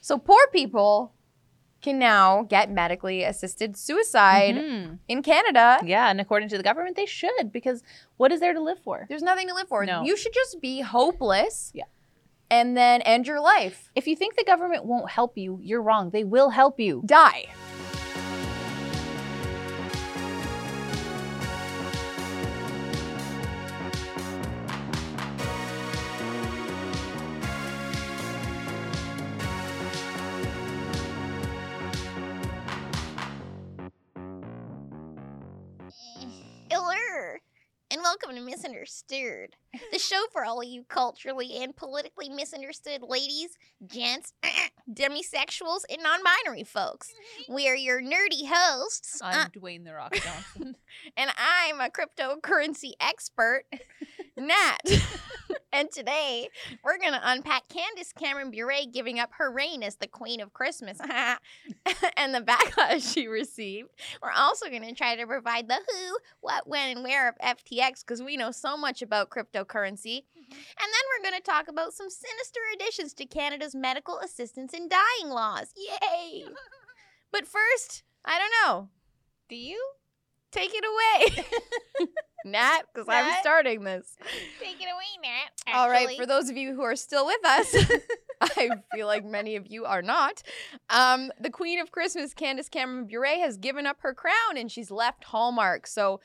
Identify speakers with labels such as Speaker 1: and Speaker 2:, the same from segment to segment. Speaker 1: So poor people can now get medically assisted suicide
Speaker 2: Mm-hmm.
Speaker 3: Mhm.
Speaker 1: in Canada.
Speaker 3: Yeah, and according to the government, they should because what is there to live for?
Speaker 1: There's nothing to live for.
Speaker 3: No.
Speaker 1: You should just be hopeless.
Speaker 3: Yeah.
Speaker 1: And then end your life.
Speaker 3: If you think the government won't help you, you're wrong. They will help you.
Speaker 1: Die.
Speaker 2: Hello, and welcome to Misunderstood, the show for all you culturally and politically misunderstood ladies, gents, demisexuals, and non-binary folks. We are your nerdy hosts, uh,
Speaker 3: Dwayne the Rock Johnson.
Speaker 2: and I'm a cryptocurrency expert, Nat. and today, we're gonna unpack Candace Cameron Bure giving up her reign as the Queen of Christmas, and the backlash she received. We're also going to try to provide the who, what, when, and where of FTX because we know so much about cryptocurrency. And then we're going to talk about some sinister additions to Canada's medical assistance in dying laws. Yay! but first, I don't know.
Speaker 3: Do you?
Speaker 2: Take it away, Nat, because I'm
Speaker 1: Nat?
Speaker 2: starting this.
Speaker 4: Take it away, Nat.
Speaker 1: All right, for those of you who are still with us, I feel like many of you are not. Um, the Queen of Christmas, Candace Cameron Bure, has given up her crown and she's left Hallmark. So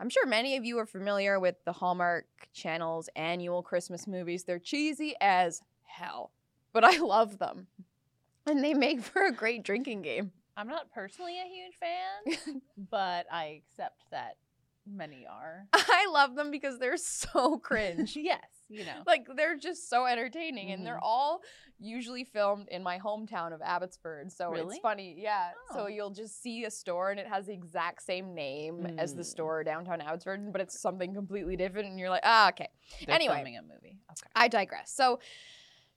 Speaker 1: I'm sure many of you are familiar with the Hallmark Channel's annual Christmas movies. They're cheesy as hell, but I love them. And they make for a great drinking game.
Speaker 3: I'm not personally a huge fan, but I accept that many are.
Speaker 1: I love them because they're so cringe.
Speaker 3: yes, you know.
Speaker 1: like they're just so entertaining and they're
Speaker 3: Mhm.
Speaker 1: all usually filmed in my hometown of Abbotsford so
Speaker 3: Really?
Speaker 1: it's funny yeah
Speaker 3: Oh.
Speaker 1: so you'll just see a store and it has the exact same name as the
Speaker 3: Mm.
Speaker 1: store downtown Abbotsford but it's something completely different and you're like ah okay
Speaker 3: They're
Speaker 1: Anyway.
Speaker 3: filming a movie. Okay.
Speaker 1: I digress. So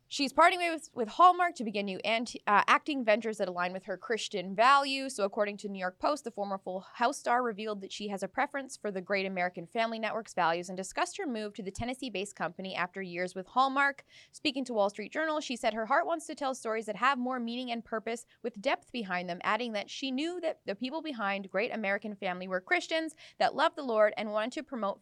Speaker 1: she's parting ways with, with Hallmark to begin new anti, uh, acting ventures that align with her Christian values. So, according to New York Post, the former Full House star revealed that she has a preference for the Great American Family Network's values and discussed her move to the Tennessee based company after years with Hallmark. Speaking to Wall Street Journal, she said her heart wants to tell stories that have more meaning and purpose with depth behind them, adding that she knew that the people behind Great American Family were Christians that loved the Lord and wanted to promote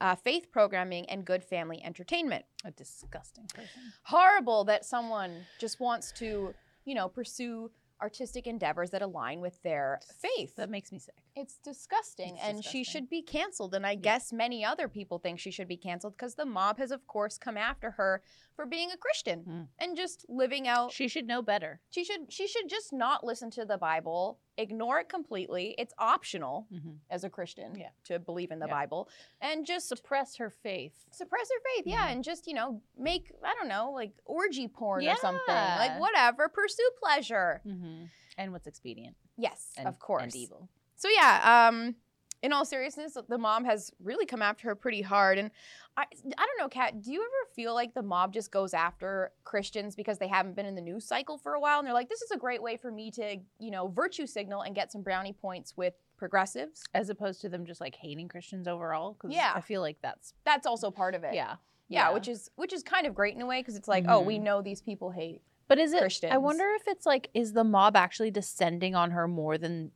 Speaker 1: uh, faith programming and good family entertainment
Speaker 3: A disgusting person.
Speaker 1: horrible that someone just wants to, you know, pursue artistic endeavors that align with their faith.
Speaker 3: That makes me sick.
Speaker 1: It's disgusting,
Speaker 3: It's
Speaker 1: and she
Speaker 3: disgusting.
Speaker 1: should be canceled. And I guess many other people think she should be canceled because the mob has, of course, come after her for being a Christian
Speaker 3: Mm.
Speaker 1: and just living out.
Speaker 3: She should know better.
Speaker 1: She should she should just not listen to the Bible, ignore it completely. It's optional
Speaker 3: Mm-hmm.
Speaker 1: as a Christian
Speaker 3: Yeah.
Speaker 1: to believe in the
Speaker 3: Yeah.
Speaker 1: Bible, and just
Speaker 3: Suppress her faith.
Speaker 1: suppress her faith, yeah,
Speaker 3: Mm-hmm.
Speaker 1: and just you know make I don't know like orgy porn or something,
Speaker 3: Yeah.
Speaker 1: like whatever, pursue pleasure.
Speaker 3: Mm-hmm. And what's expedient?
Speaker 1: Yes,
Speaker 3: And,
Speaker 1: of course.
Speaker 3: And evil.
Speaker 1: So yeah, um, in all seriousness, the mom has really come after her pretty hard, and I I don't know, Kat, do you ever feel like the mob just goes after Christians because they haven't been in the news cycle for a while, and they're like, this is a great way for me to you know virtue signal and get some brownie points with progressives.
Speaker 3: As opposed to them just like hating Christians overall. 'cause
Speaker 1: Yeah.
Speaker 3: I feel like that's,
Speaker 1: That's also part of it.
Speaker 3: yeah.
Speaker 1: Yeah, which is which is kind of great in a way because it's like, oh, we
Speaker 3: Mhm.
Speaker 1: know these people hate
Speaker 3: But is it?
Speaker 1: Christians.
Speaker 3: I wonder if it's like, is the mob actually descending on her more than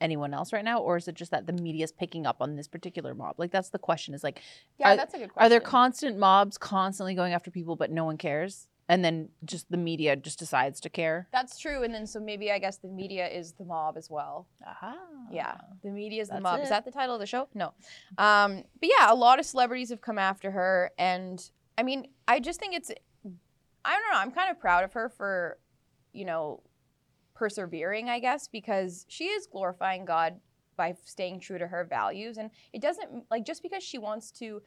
Speaker 3: anyone else right now, or is it just that the media's picking up on this particular mob? Like that's the question. Is like,
Speaker 1: Yeah,
Speaker 3: Are-
Speaker 1: that's a good question.
Speaker 3: are there constant mobs constantly going after people, but no one cares, and then just the media just decides to care?
Speaker 1: That's true, and then so maybe I guess the media is the mob as well.
Speaker 3: Aha.
Speaker 1: Yeah, the media is the
Speaker 3: That's
Speaker 1: mob. Is
Speaker 3: it.
Speaker 1: that the title of the show? No, um, but yeah, a lot of celebrities have come after her, and I mean, I just think it's, I don't know, I'm kind of proud of her for, you know, persevering, I guess, because she is glorifying God by staying true to her values, and it doesn't like just because she wants to.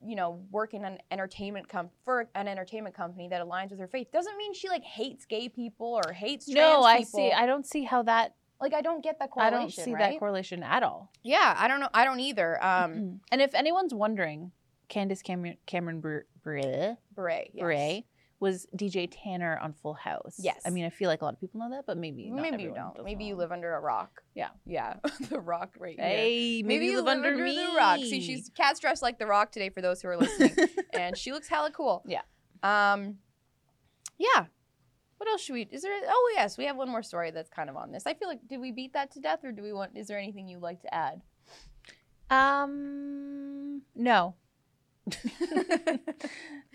Speaker 1: You know, work in an entertainment com- for an entertainment company that aligns with her faith doesn't mean she like hates gay people or hates trans
Speaker 3: No, I
Speaker 1: people.
Speaker 3: see. I don't see how that.
Speaker 1: like I don't get that
Speaker 3: I
Speaker 1: correlation.
Speaker 3: don't see
Speaker 1: right?
Speaker 3: that correlation at all.
Speaker 1: Yeah, I don't know. I don't either. Um,
Speaker 3: and if anyone's wondering, Candace Cameron Cameron Bure, Bure,
Speaker 1: Bray. yes.
Speaker 3: Bure was DJ Tanner on Full House.
Speaker 1: Yes.
Speaker 3: I mean, I feel like a lot of people know that, but maybe not
Speaker 1: Maybe you
Speaker 3: everyone
Speaker 1: don't.
Speaker 3: does
Speaker 1: Maybe you
Speaker 3: know.
Speaker 1: live under a rock.
Speaker 3: Yeah.
Speaker 1: Yeah. the rock right here.
Speaker 3: Hey, maybe, you live, under, me.
Speaker 1: the rock. See, she's cat's dressed like the rock today for those who are listening, and she looks hella cool.
Speaker 3: Yeah.
Speaker 1: Um, yeah. What else should we? Is there? Oh yes, we have one more story that's kind of on this. I feel like did we beat that to death, or do we want? Is there anything you'd like to add?
Speaker 3: Um, no.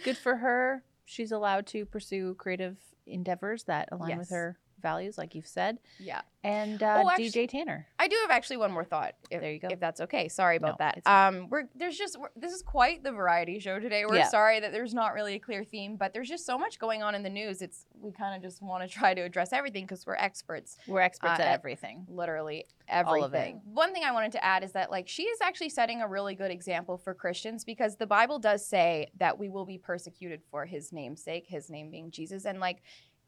Speaker 3: Good for her. She's allowed to pursue creative endeavors that align
Speaker 1: Yes.
Speaker 3: with her values, like you've said.
Speaker 1: Yeah,
Speaker 3: And uh,
Speaker 1: Oh, actu-
Speaker 3: DJ Tanner.
Speaker 1: I do have actually one more thought. If,
Speaker 3: There you go.
Speaker 1: If that's okay. Sorry about
Speaker 3: No,
Speaker 1: that.
Speaker 3: it's fine.
Speaker 1: Um, we're there's just we're, this is quite the variety show today. We're
Speaker 3: Yeah.
Speaker 1: sorry that there's not really a clear theme, but there's just so much going on in the news. It's we kind of just want to try to address everything because we're experts.
Speaker 3: We're experts
Speaker 1: Uh,
Speaker 3: at
Speaker 1: at-
Speaker 3: everything.
Speaker 1: literally everything.
Speaker 3: Mm-hmm. All of it.
Speaker 1: One thing I wanted to add is that like she is actually setting a really good example for Christians because the Bible does say that we will be persecuted for his name's sake, his name being Jesus and like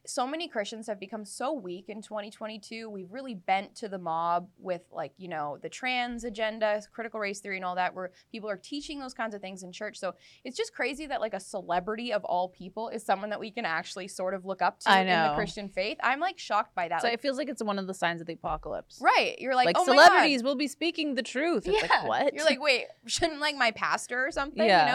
Speaker 1: so many Christians have become so weak in 2022. We've really bent to the mob with like, you know, the trans agenda, critical race theory and all that where people are teaching those kinds of things in church. So, it's just crazy that like a celebrity of all people is someone that we can actually sort of look up to
Speaker 3: I
Speaker 1: in the
Speaker 3: know.
Speaker 1: Christian faith. I'm like shocked by that.
Speaker 3: So
Speaker 1: Like,
Speaker 3: it feels like it's one of the signs of the apocalypse.
Speaker 1: Right. You're like,
Speaker 3: Like,
Speaker 1: oh
Speaker 3: celebrities will be speaking the truth.
Speaker 1: my
Speaker 3: It's
Speaker 1: god.
Speaker 3: like, what?
Speaker 1: You're like, wait, shouldn't like my pastor or something?
Speaker 3: Yeah.
Speaker 1: You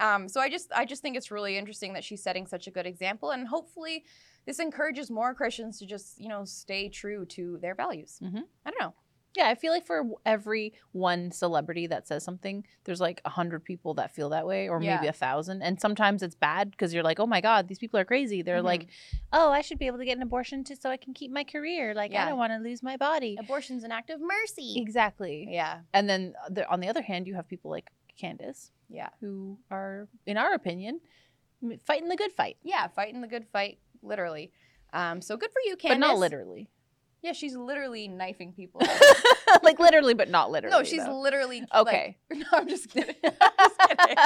Speaker 1: know? Um, so I just I just think it's really interesting that she's setting such a good example and hopefully this encourages more Christians to just, you know, stay true to their values.
Speaker 3: Mhm.
Speaker 1: I don't know.
Speaker 3: Yeah, I feel like for every one celebrity that says something, there's like a hundred people that feel that way, or maybe
Speaker 1: Yeah.
Speaker 3: a thousand. And sometimes it's bad because you're like, oh my god, these people are crazy. They're
Speaker 1: Mhm.
Speaker 3: like, oh, I should be able to get an abortion to so I can keep my career. Like
Speaker 1: Yeah.
Speaker 3: I don't want to lose my body.
Speaker 2: Abortion's an act of mercy.
Speaker 3: Exactly.
Speaker 1: Yeah.
Speaker 3: And then uh, the, on the other hand, you have people like Candace,
Speaker 1: Yeah.
Speaker 3: who are, in our opinion, m- fighting the good fight,
Speaker 1: Yeah, fighting the good fight, literally. Um, so good for you,
Speaker 3: but
Speaker 1: Candace.
Speaker 3: not literally.
Speaker 1: Yeah, she's literally knifing people.
Speaker 3: like literally, but not literally.
Speaker 1: no, she's
Speaker 3: though.
Speaker 1: literally like-
Speaker 3: okay.
Speaker 1: no, I'm just kidding. I'm just kidding.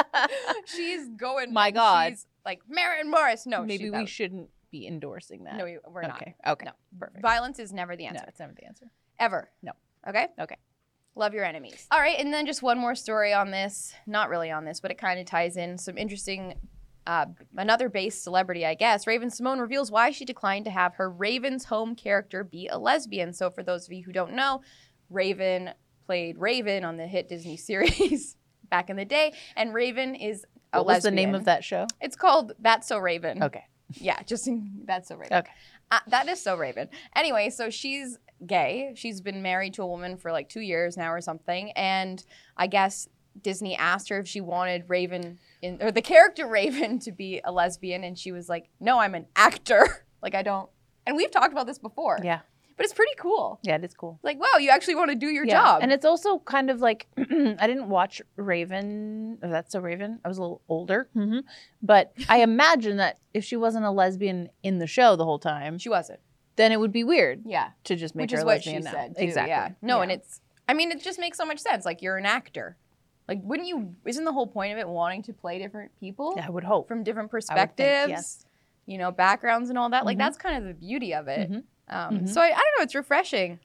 Speaker 1: She's going.
Speaker 3: My God.
Speaker 1: She's like Marin Morris. No,
Speaker 3: maybe
Speaker 1: she,
Speaker 3: we
Speaker 1: that-
Speaker 3: shouldn't be endorsing that.
Speaker 1: No, we- we're not.
Speaker 3: okay. Okay.
Speaker 1: No.
Speaker 3: Perfect.
Speaker 1: Violence is never the answer.
Speaker 3: No, it's never the answer.
Speaker 1: Ever.
Speaker 3: No.
Speaker 1: Okay?
Speaker 3: Okay.
Speaker 1: Love your enemies. All right, and then just one more story on this. Not really on this, but it kind of ties in some interesting. Uh, another base celebrity, I guess. Raven Simone reveals why she declined to have her Raven's home character be a lesbian. So, for those of you who don't know, Raven played Raven on the hit Disney series back in the day, and Raven is a
Speaker 3: what was the
Speaker 1: lesbian. Mm-hmm.
Speaker 3: name of that show?
Speaker 1: It's called That's So Raven.
Speaker 3: Okay.
Speaker 1: Yeah, just in, that's so Raven.
Speaker 3: Okay.
Speaker 1: Uh, that is so Raven. Anyway, so she's gay. She's been married to a woman for like two years now or something, and I guess Disney asked her if she wanted Raven in or the character Raven to be a lesbian, and she was like, "No, I'm an actor. like I don't." And we've talked about this before.
Speaker 3: Yeah.
Speaker 1: But it's pretty cool.
Speaker 3: Yeah, it is cool.
Speaker 1: Like, wow, you actually want to do your
Speaker 3: Yeah.
Speaker 1: job.
Speaker 3: And it's also kind of like I didn't watch Raven. Oh, that's so Raven. I was a little older,
Speaker 1: Mm-hmm.
Speaker 3: hmm but I imagine that if she wasn't a lesbian in the show the whole time,
Speaker 1: she wasn't.
Speaker 3: then it would be weird
Speaker 1: Yeah.
Speaker 3: to just make
Speaker 1: Which
Speaker 3: her
Speaker 1: is
Speaker 3: a
Speaker 1: what she
Speaker 3: lesbian now.
Speaker 1: said. Too,
Speaker 3: exactly.
Speaker 1: Yeah. No, and
Speaker 3: Yeah.
Speaker 1: it's. I mean, it just makes so much sense. Like you're an actor. Like, wouldn't you? Isn't the whole point of it wanting to play different people
Speaker 3: Oh. I would hope.
Speaker 1: from different
Speaker 3: think,
Speaker 1: perspectives?
Speaker 3: yes.
Speaker 1: You know, backgrounds and all that. Like
Speaker 3: Mhm.
Speaker 1: that's kind of the beauty of it.
Speaker 3: Mhm.
Speaker 1: Um,
Speaker 3: Mhm.
Speaker 1: So I, I don't know. It's refreshing.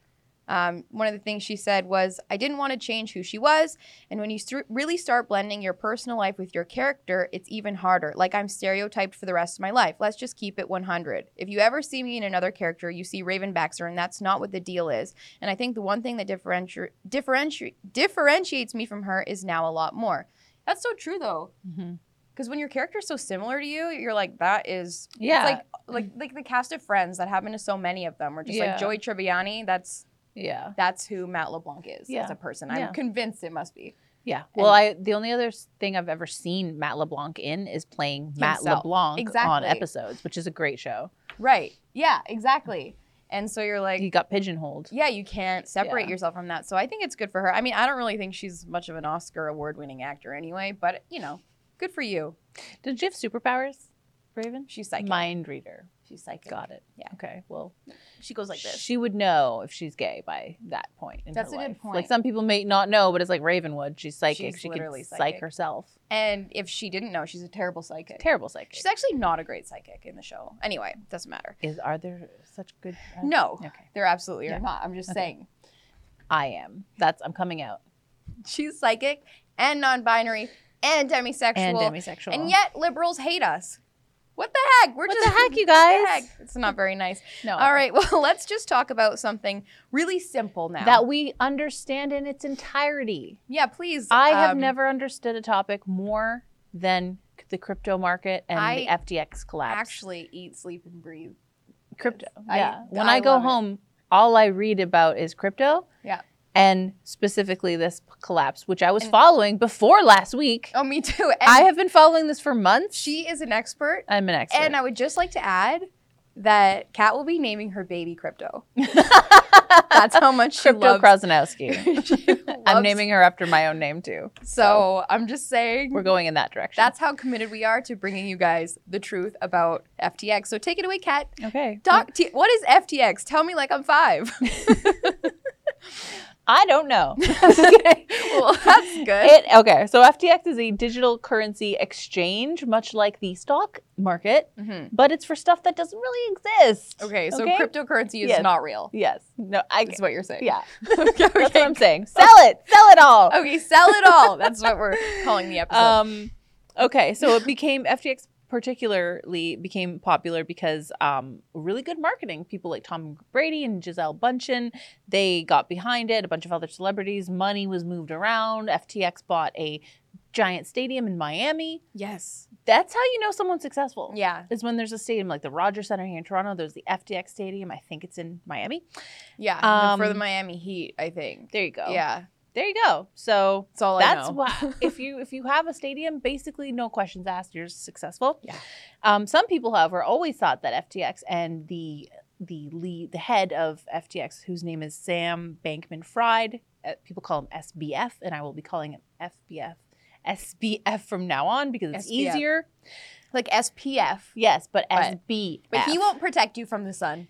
Speaker 1: Um, one of the things she said was, "I didn't want to change who she was, and when you st- really start blending your personal life with your character, it's even harder. Like I'm stereotyped for the rest of my life. Let's just keep it 100. If you ever see me in another character, you see Raven Baxter, and that's not what the deal is. And I think the one thing that differenti- differenti- differentiates me from her is now a lot more. That's so true though,
Speaker 3: Mhm.
Speaker 1: because when your character's so similar to you, you're like, that is
Speaker 3: Yeah.
Speaker 1: It's like like like the cast of Friends that happened to so many of them. We're just
Speaker 3: Yeah.
Speaker 1: like Joey Tribbiani. That's
Speaker 3: yeah.
Speaker 1: that's who Matt LeBlanc is
Speaker 3: Yeah.
Speaker 1: as a person.
Speaker 3: Yeah.
Speaker 1: I'm convinced it must be.
Speaker 3: Yeah. Well, I the only other s- thing I've ever seen Matt LeBlanc in is playing Matt
Speaker 1: Himself.
Speaker 3: LeBlanc on
Speaker 1: Exactly.
Speaker 3: episodes, which is a great show.
Speaker 1: Right. Yeah, exactly. And so you're
Speaker 3: He
Speaker 1: like,
Speaker 3: got pigeonholed.
Speaker 1: yeah, you can't separate
Speaker 3: Yeah.
Speaker 1: yourself from that. So I think it's good for her. I mean, I don't really think she's much of an Oscar award winning actor anyway, but you know, good for you.
Speaker 3: Did she have superpowers, Raven?
Speaker 1: She's psychic.
Speaker 3: Mind reader.
Speaker 1: she's psychic.
Speaker 3: Got it.
Speaker 1: Yeah.
Speaker 3: Okay. Well,
Speaker 2: She goes like this.
Speaker 3: she would know if she's gay by that point. In
Speaker 1: That's
Speaker 3: her
Speaker 1: a good
Speaker 3: life.
Speaker 1: point.
Speaker 3: Like some people may not know, but it's like Ravenwood. She's psychic.
Speaker 1: She's
Speaker 3: she can
Speaker 1: literally
Speaker 3: psych
Speaker 1: psychic.
Speaker 3: herself.
Speaker 1: And if she didn't know, she's a terrible psychic.
Speaker 3: Terrible psychic.
Speaker 1: she's actually not a great psychic in the show. Anyway, doesn't matter.
Speaker 3: Is are there such good? uh,
Speaker 1: No,
Speaker 3: Okay.
Speaker 1: there absolutely
Speaker 3: Yeah.
Speaker 1: are not. I'm just
Speaker 3: Okay.
Speaker 1: saying.
Speaker 3: I am. That's I'm coming out
Speaker 1: She's psychic and non-binary and demisexual.
Speaker 3: and demisexual.
Speaker 1: And yet liberals hate us. What the heck? We're
Speaker 3: What
Speaker 1: just
Speaker 3: the heck,
Speaker 1: what the
Speaker 3: you guys?
Speaker 1: heck? It's not very nice.
Speaker 3: no.
Speaker 1: All right, well, let's just talk about something really simple now.
Speaker 3: That we understand in its entirety.
Speaker 1: yeah, please.
Speaker 3: I have
Speaker 1: um,
Speaker 3: never understood a topic more than the crypto market and the
Speaker 1: I
Speaker 3: FTX collapse.
Speaker 1: actually eat, sleep, and breathe
Speaker 3: crypto.
Speaker 1: I-
Speaker 3: yeah. when
Speaker 1: I
Speaker 3: I, go
Speaker 1: love it.
Speaker 3: home, all I read about is crypto.
Speaker 1: Yeah.
Speaker 3: And specifically this p- collapse, which I was
Speaker 1: And-
Speaker 3: following before last week.
Speaker 1: Oh, me too. And
Speaker 3: I have been following this for months.
Speaker 1: she is an expert.
Speaker 3: I'm an expert.
Speaker 1: And I would just like to add that Kat will be naming her baby crypto. That's how much she
Speaker 3: Crypto
Speaker 1: loves.
Speaker 3: Krasnowski.
Speaker 1: she
Speaker 3: I'm
Speaker 1: loves-
Speaker 3: naming her after my own name too.
Speaker 1: So I'm just saying.
Speaker 3: We're going in that direction.
Speaker 1: that's how committed we are to bringing you guys the truth about FTX. So take it away, Kat.
Speaker 3: okay.
Speaker 1: Doc, t- what is FTX? Tell me like I'm five.
Speaker 3: I don't know.
Speaker 1: well, that's good.
Speaker 3: It okay. So FTX is a digital currency exchange, much like the stock market,
Speaker 1: Mhm.
Speaker 3: but it's for stuff that doesn't really exist.
Speaker 1: Okay, so cryptocurrency is
Speaker 3: Yes.
Speaker 1: not real.
Speaker 3: Yes. No. I.
Speaker 1: Is what you're saying.
Speaker 3: Yeah.
Speaker 1: okay,
Speaker 3: That's what
Speaker 1: okay.
Speaker 3: I'm saying. Sell it. Sell it all.
Speaker 1: Okay, sell it all. That's what we're calling the episode.
Speaker 3: Um. Okay. So it became FTX particularly became popular because um, really good marketing. People like Tom Brady and Giselle Bundchen, they got behind it. A bunch of other celebrities. Money was moved around. FTX bought a giant stadium in Miami.
Speaker 1: yes.
Speaker 3: That's how you know someone's successful.
Speaker 1: Yeah.
Speaker 3: is when there's a stadium like the Rogers Center here in Toronto. There's the FTX Stadium. I think it's in Miami.
Speaker 1: Yeah. and for the
Speaker 3: Um,
Speaker 1: Miami Heat, I think.
Speaker 3: There you go.
Speaker 1: Yeah.
Speaker 3: There you go. So
Speaker 1: That's all I know.
Speaker 3: that's why if you if you have a stadium, basically no questions asked, you're successful.
Speaker 1: Yeah.
Speaker 3: Um, some people, however, always thought that FTX and the the lead the head of FTX, whose name is Sam Bankman Fried, uh, people call him SBF, and I will be calling him FBF. SBF from now on because it's
Speaker 1: SBF.
Speaker 3: easier.
Speaker 1: like SPF.
Speaker 3: Yes, but,
Speaker 1: But-
Speaker 3: SBF.
Speaker 1: But he won't protect you from the sun.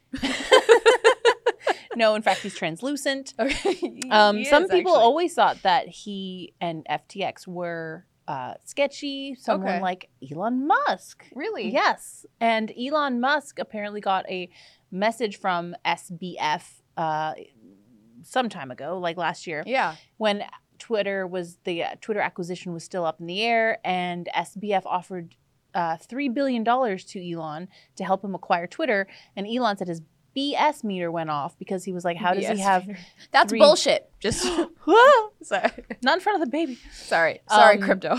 Speaker 3: No, in fact, he's translucent.
Speaker 1: Okay.
Speaker 3: Um,
Speaker 1: He
Speaker 3: some
Speaker 1: is,
Speaker 3: people
Speaker 1: actually.
Speaker 3: always thought that he and FTX were uh, sketchy. Someone
Speaker 1: Okay.
Speaker 3: like Elon Musk.
Speaker 1: Really?
Speaker 3: Yes. And Elon Musk apparently got a message from SBF uh, some time ago, like last year,
Speaker 1: Yeah.
Speaker 3: when Twitter was the uh, Twitter acquisition was still up in the air, and SBF offered uh, three billion dollars to Elon to help him acquire Twitter, and Elon said his BS meter went off because he was like, "How does he
Speaker 1: BS
Speaker 3: have?"
Speaker 1: That's
Speaker 3: Three-
Speaker 1: bullshit. Just sorry.
Speaker 3: Not in front of the baby.
Speaker 1: Sorry. Sorry,
Speaker 3: Um,
Speaker 1: crypto.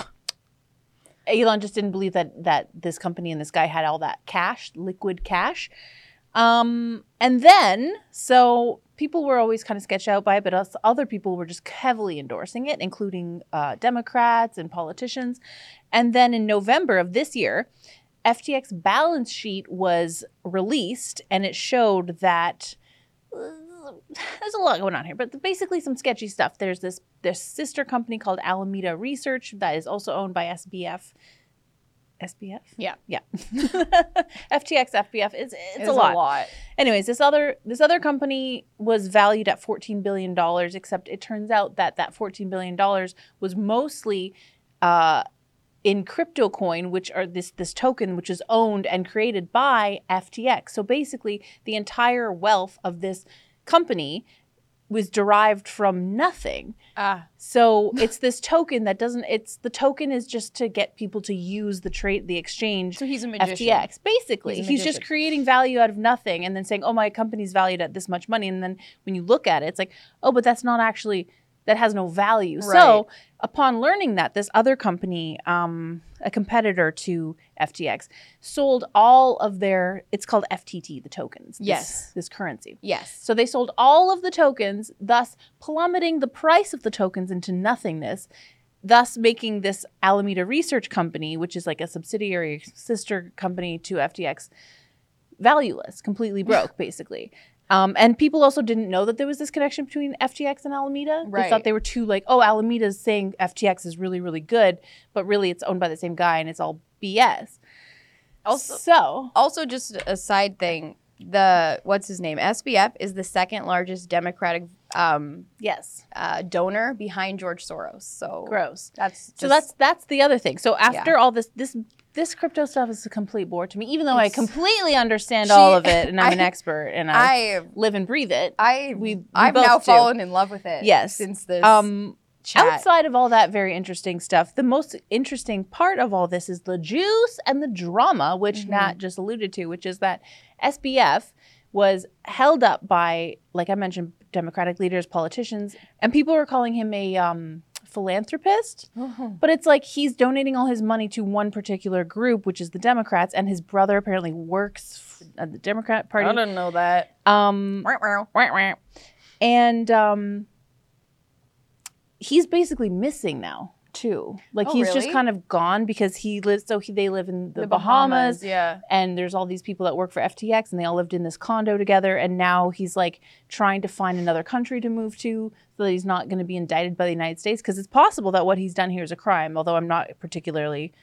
Speaker 3: Elon just didn't believe that that this company and this guy had all that cash, liquid cash. Um, and then, so people were always kind of sketched out by it, but us, other people were just heavily endorsing it, including uh, Democrats and politicians. And then in November of this year, FTX balance sheet was released, and it showed that uh, there's a lot going on here, but basically some sketchy stuff. There's this this sister company called Alameda Research that is also owned by SBF. SBF?
Speaker 1: Yeah.
Speaker 3: Yeah. FTX FBF is it's, a, lot.
Speaker 1: lot.
Speaker 3: Anyways, this other this other company was valued at 14 billion dollars except it turns out that that 14 billion dollars was mostly uh in crypto coin, which are this this token which is owned and created by FTX. So basically, the entire wealth of this company was derived from nothing.
Speaker 1: Ah,
Speaker 3: So it's this token that doesn't. It's the token is just to get people to use the trade, the exchange.
Speaker 1: so he's a magician.
Speaker 3: FTX, basically,
Speaker 1: He's
Speaker 3: he's,
Speaker 1: a
Speaker 3: just
Speaker 1: magician.
Speaker 3: creating value out of nothing, and then saying, "Oh, my company's valued at this much money," and then when you look at it, it's like, "Oh, but that's not actually that has no value."
Speaker 1: Right.
Speaker 3: So, upon learning that, this other company, um, a competitor to FTX, sold all of their. It's called FTT, the tokens. this-
Speaker 1: Yes.
Speaker 3: this currency.
Speaker 1: Yes.
Speaker 3: So they sold all of the tokens, thus plummeting the price of the tokens into nothingness, thus making this Alameda Research Company, which is like a subsidiary sister company to FTX, valueless, completely broke, basically. Um, and people also didn't know that there was this connection between FTX and Alameda. They
Speaker 1: Right.
Speaker 3: thought they were too like, oh, Alameda's saying FTX is really, really good, but really it's owned by the same guy and it's all BS.
Speaker 1: Also,
Speaker 3: so
Speaker 1: also just a side thing. The what's his name? SBF is the second largest Democratic um,
Speaker 3: yes,
Speaker 1: uh, donor behind George Soros. So
Speaker 3: gross.
Speaker 1: that's
Speaker 3: So
Speaker 1: just-
Speaker 3: that's that's the other thing. So after all this, this this crypto stuff is a complete bore to me, even though I
Speaker 1: It's-
Speaker 3: completely understand
Speaker 1: She-
Speaker 3: all of it and I'm an
Speaker 1: I-
Speaker 3: expert and I,
Speaker 1: I
Speaker 3: live and breathe it.
Speaker 1: I
Speaker 3: We- we
Speaker 1: I've
Speaker 3: both
Speaker 1: now
Speaker 3: do.
Speaker 1: fallen in love with it.
Speaker 3: Yes.
Speaker 1: since this
Speaker 3: Um,
Speaker 1: chat.
Speaker 3: outside of all that very interesting stuff, the most interesting part of all this is the juice and the drama, which
Speaker 1: Mhm.
Speaker 3: Nat just alluded to, which is that SBF was held up by, like I mentioned, Democratic leaders, politicians, and people were calling him a um, philanthropist. But it's like he's donating all his money to one particular group, which is the Democrats, and his brother apparently works at the Democrat Party.
Speaker 4: I don't know that.
Speaker 3: Um, and um, he's basically missing now too. Like
Speaker 1: Oh,
Speaker 3: he's just
Speaker 1: really?
Speaker 3: kind of gone because he lives. So he, they live in the, Bahamas,
Speaker 4: Yeah.
Speaker 3: and there's all these people that work for FTX, and they all lived in this condo together. And now he's like trying to find another country to move to so that he's not going to be indicted by the United States because it's possible that what he's done here is a crime, although I'm not particularly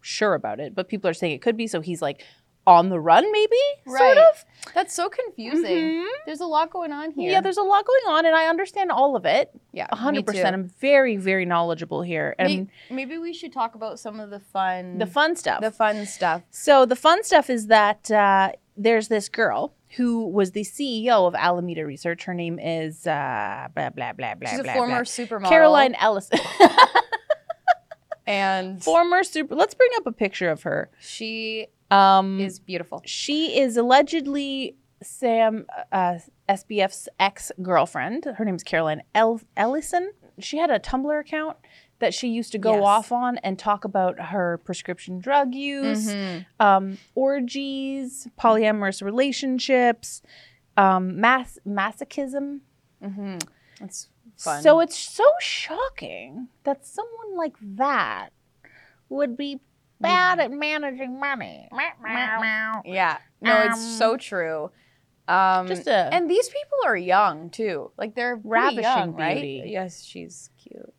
Speaker 3: sure about it. But people are saying it could be. So he's like on the run, maybe sort
Speaker 1: Right.
Speaker 3: of.
Speaker 1: That's so confusing.
Speaker 3: Mhm.
Speaker 1: There's a lot going on here.
Speaker 3: Yeah, there's a lot going on, and I understand all of it.
Speaker 1: yeah, me
Speaker 3: 100%.
Speaker 1: too.
Speaker 3: I'm very, very knowledgeable here.
Speaker 1: May-
Speaker 3: And
Speaker 1: maybe we should talk about some of the fun
Speaker 3: the fun stuff.
Speaker 1: the fun stuff.
Speaker 3: so, the fun stuff is that uh, there's this girl who was the CEO of Alameda Research. Her name is uh, blah, blah, blah, blah,
Speaker 1: She's
Speaker 3: blah,
Speaker 1: a former
Speaker 3: blah.
Speaker 1: supermodel.
Speaker 3: Caroline Ellison.
Speaker 1: and
Speaker 3: former super. Let's bring up a picture of her.
Speaker 1: she
Speaker 3: Um,
Speaker 1: is beautiful.
Speaker 3: she is allegedly Sam uh, SBF's ex girlfriend. Her name's Caroline El- Ellison. She had a Tumblr account that she used to go
Speaker 1: Yes.
Speaker 3: off on and talk about her prescription drug use, um, orgies, polyamorous relationships, um, mass masochism.
Speaker 1: Mm-hmm. That's
Speaker 3: So it's so shocking that someone like that would be bad at managing money.
Speaker 1: yeah. No, it's so true. Um,
Speaker 3: Just a
Speaker 1: and these people are young too. Like they're pretty
Speaker 3: Ravishing
Speaker 1: young, right?
Speaker 3: beauty.
Speaker 1: Yes, she's cute.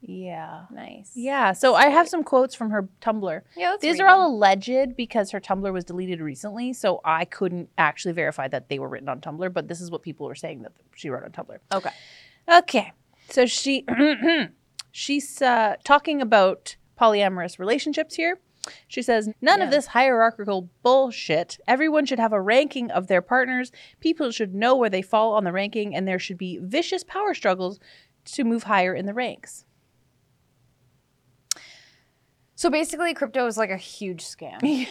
Speaker 3: yeah.
Speaker 1: Nice.
Speaker 3: Yeah, so I have some quotes from her Tumblr.
Speaker 1: Yeah. Let's
Speaker 3: These
Speaker 1: read
Speaker 3: are
Speaker 1: them.
Speaker 3: all alleged because her Tumblr was deleted recently, so I couldn't actually verify that they were written on Tumblr, but this is what people were saying that she wrote on Tumblr.
Speaker 1: Okay.
Speaker 3: Okay. So she she's uh, talking about polyamorous relationships here. She says, none of
Speaker 1: Yeah.
Speaker 3: this hierarchical bullshit. Everyone should have a ranking of their partners. People should know where they fall on the ranking, and there should be vicious power struggles to move higher in the ranks.
Speaker 1: So basically, crypto is like a huge scam.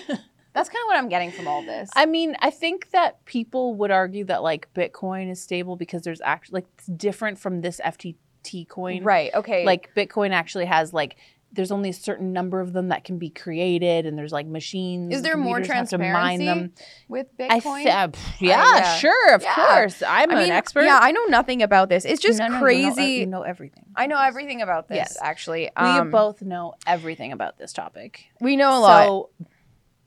Speaker 1: That's kind of what I'm getting from all this.
Speaker 3: I mean, I think that people would argue that like Bitcoin is stable because there's actually like it's different from this FTT coin.
Speaker 1: right. Okay.
Speaker 3: Like Bitcoin actually has like there's only a certain number of them that can be created, and there's like machines.
Speaker 1: Is
Speaker 3: and
Speaker 1: there more
Speaker 3: computers have to mine
Speaker 1: transparency
Speaker 3: them.
Speaker 1: with
Speaker 3: I
Speaker 1: Bitcoin.
Speaker 3: th- uh, pff, yeah,
Speaker 1: yeah.
Speaker 3: sure, of
Speaker 1: Yeah.
Speaker 3: course. I'm
Speaker 1: I
Speaker 3: an expert.
Speaker 1: Yeah, I know nothing about this. It's just
Speaker 3: No, no, you know- uh,
Speaker 1: crazy.
Speaker 3: You know, everything.
Speaker 1: I know everything about this.
Speaker 3: Yes.
Speaker 1: Actually,
Speaker 3: We
Speaker 1: um,
Speaker 3: both know everything about this topic.
Speaker 1: we know a lot.
Speaker 3: So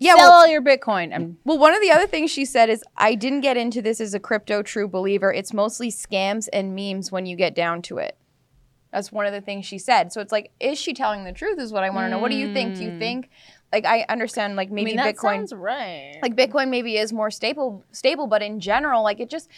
Speaker 1: yeah.
Speaker 3: sell
Speaker 1: Well,
Speaker 3: all your Bitcoin. I'm
Speaker 1: Well, one of the other things she said is, I didn't get into this as a crypto true believer. It's mostly scams and memes when you get down to it. That's one of the things she said. So it's like, is she telling the truth? Is what I want to know. What do you think? Do you
Speaker 3: Mm.
Speaker 1: think? Like, I understand, like, maybe
Speaker 3: I mean, that
Speaker 1: Bitcoin.
Speaker 3: sounds right.
Speaker 1: like Bitcoin maybe is more stable stable, but in general, like it just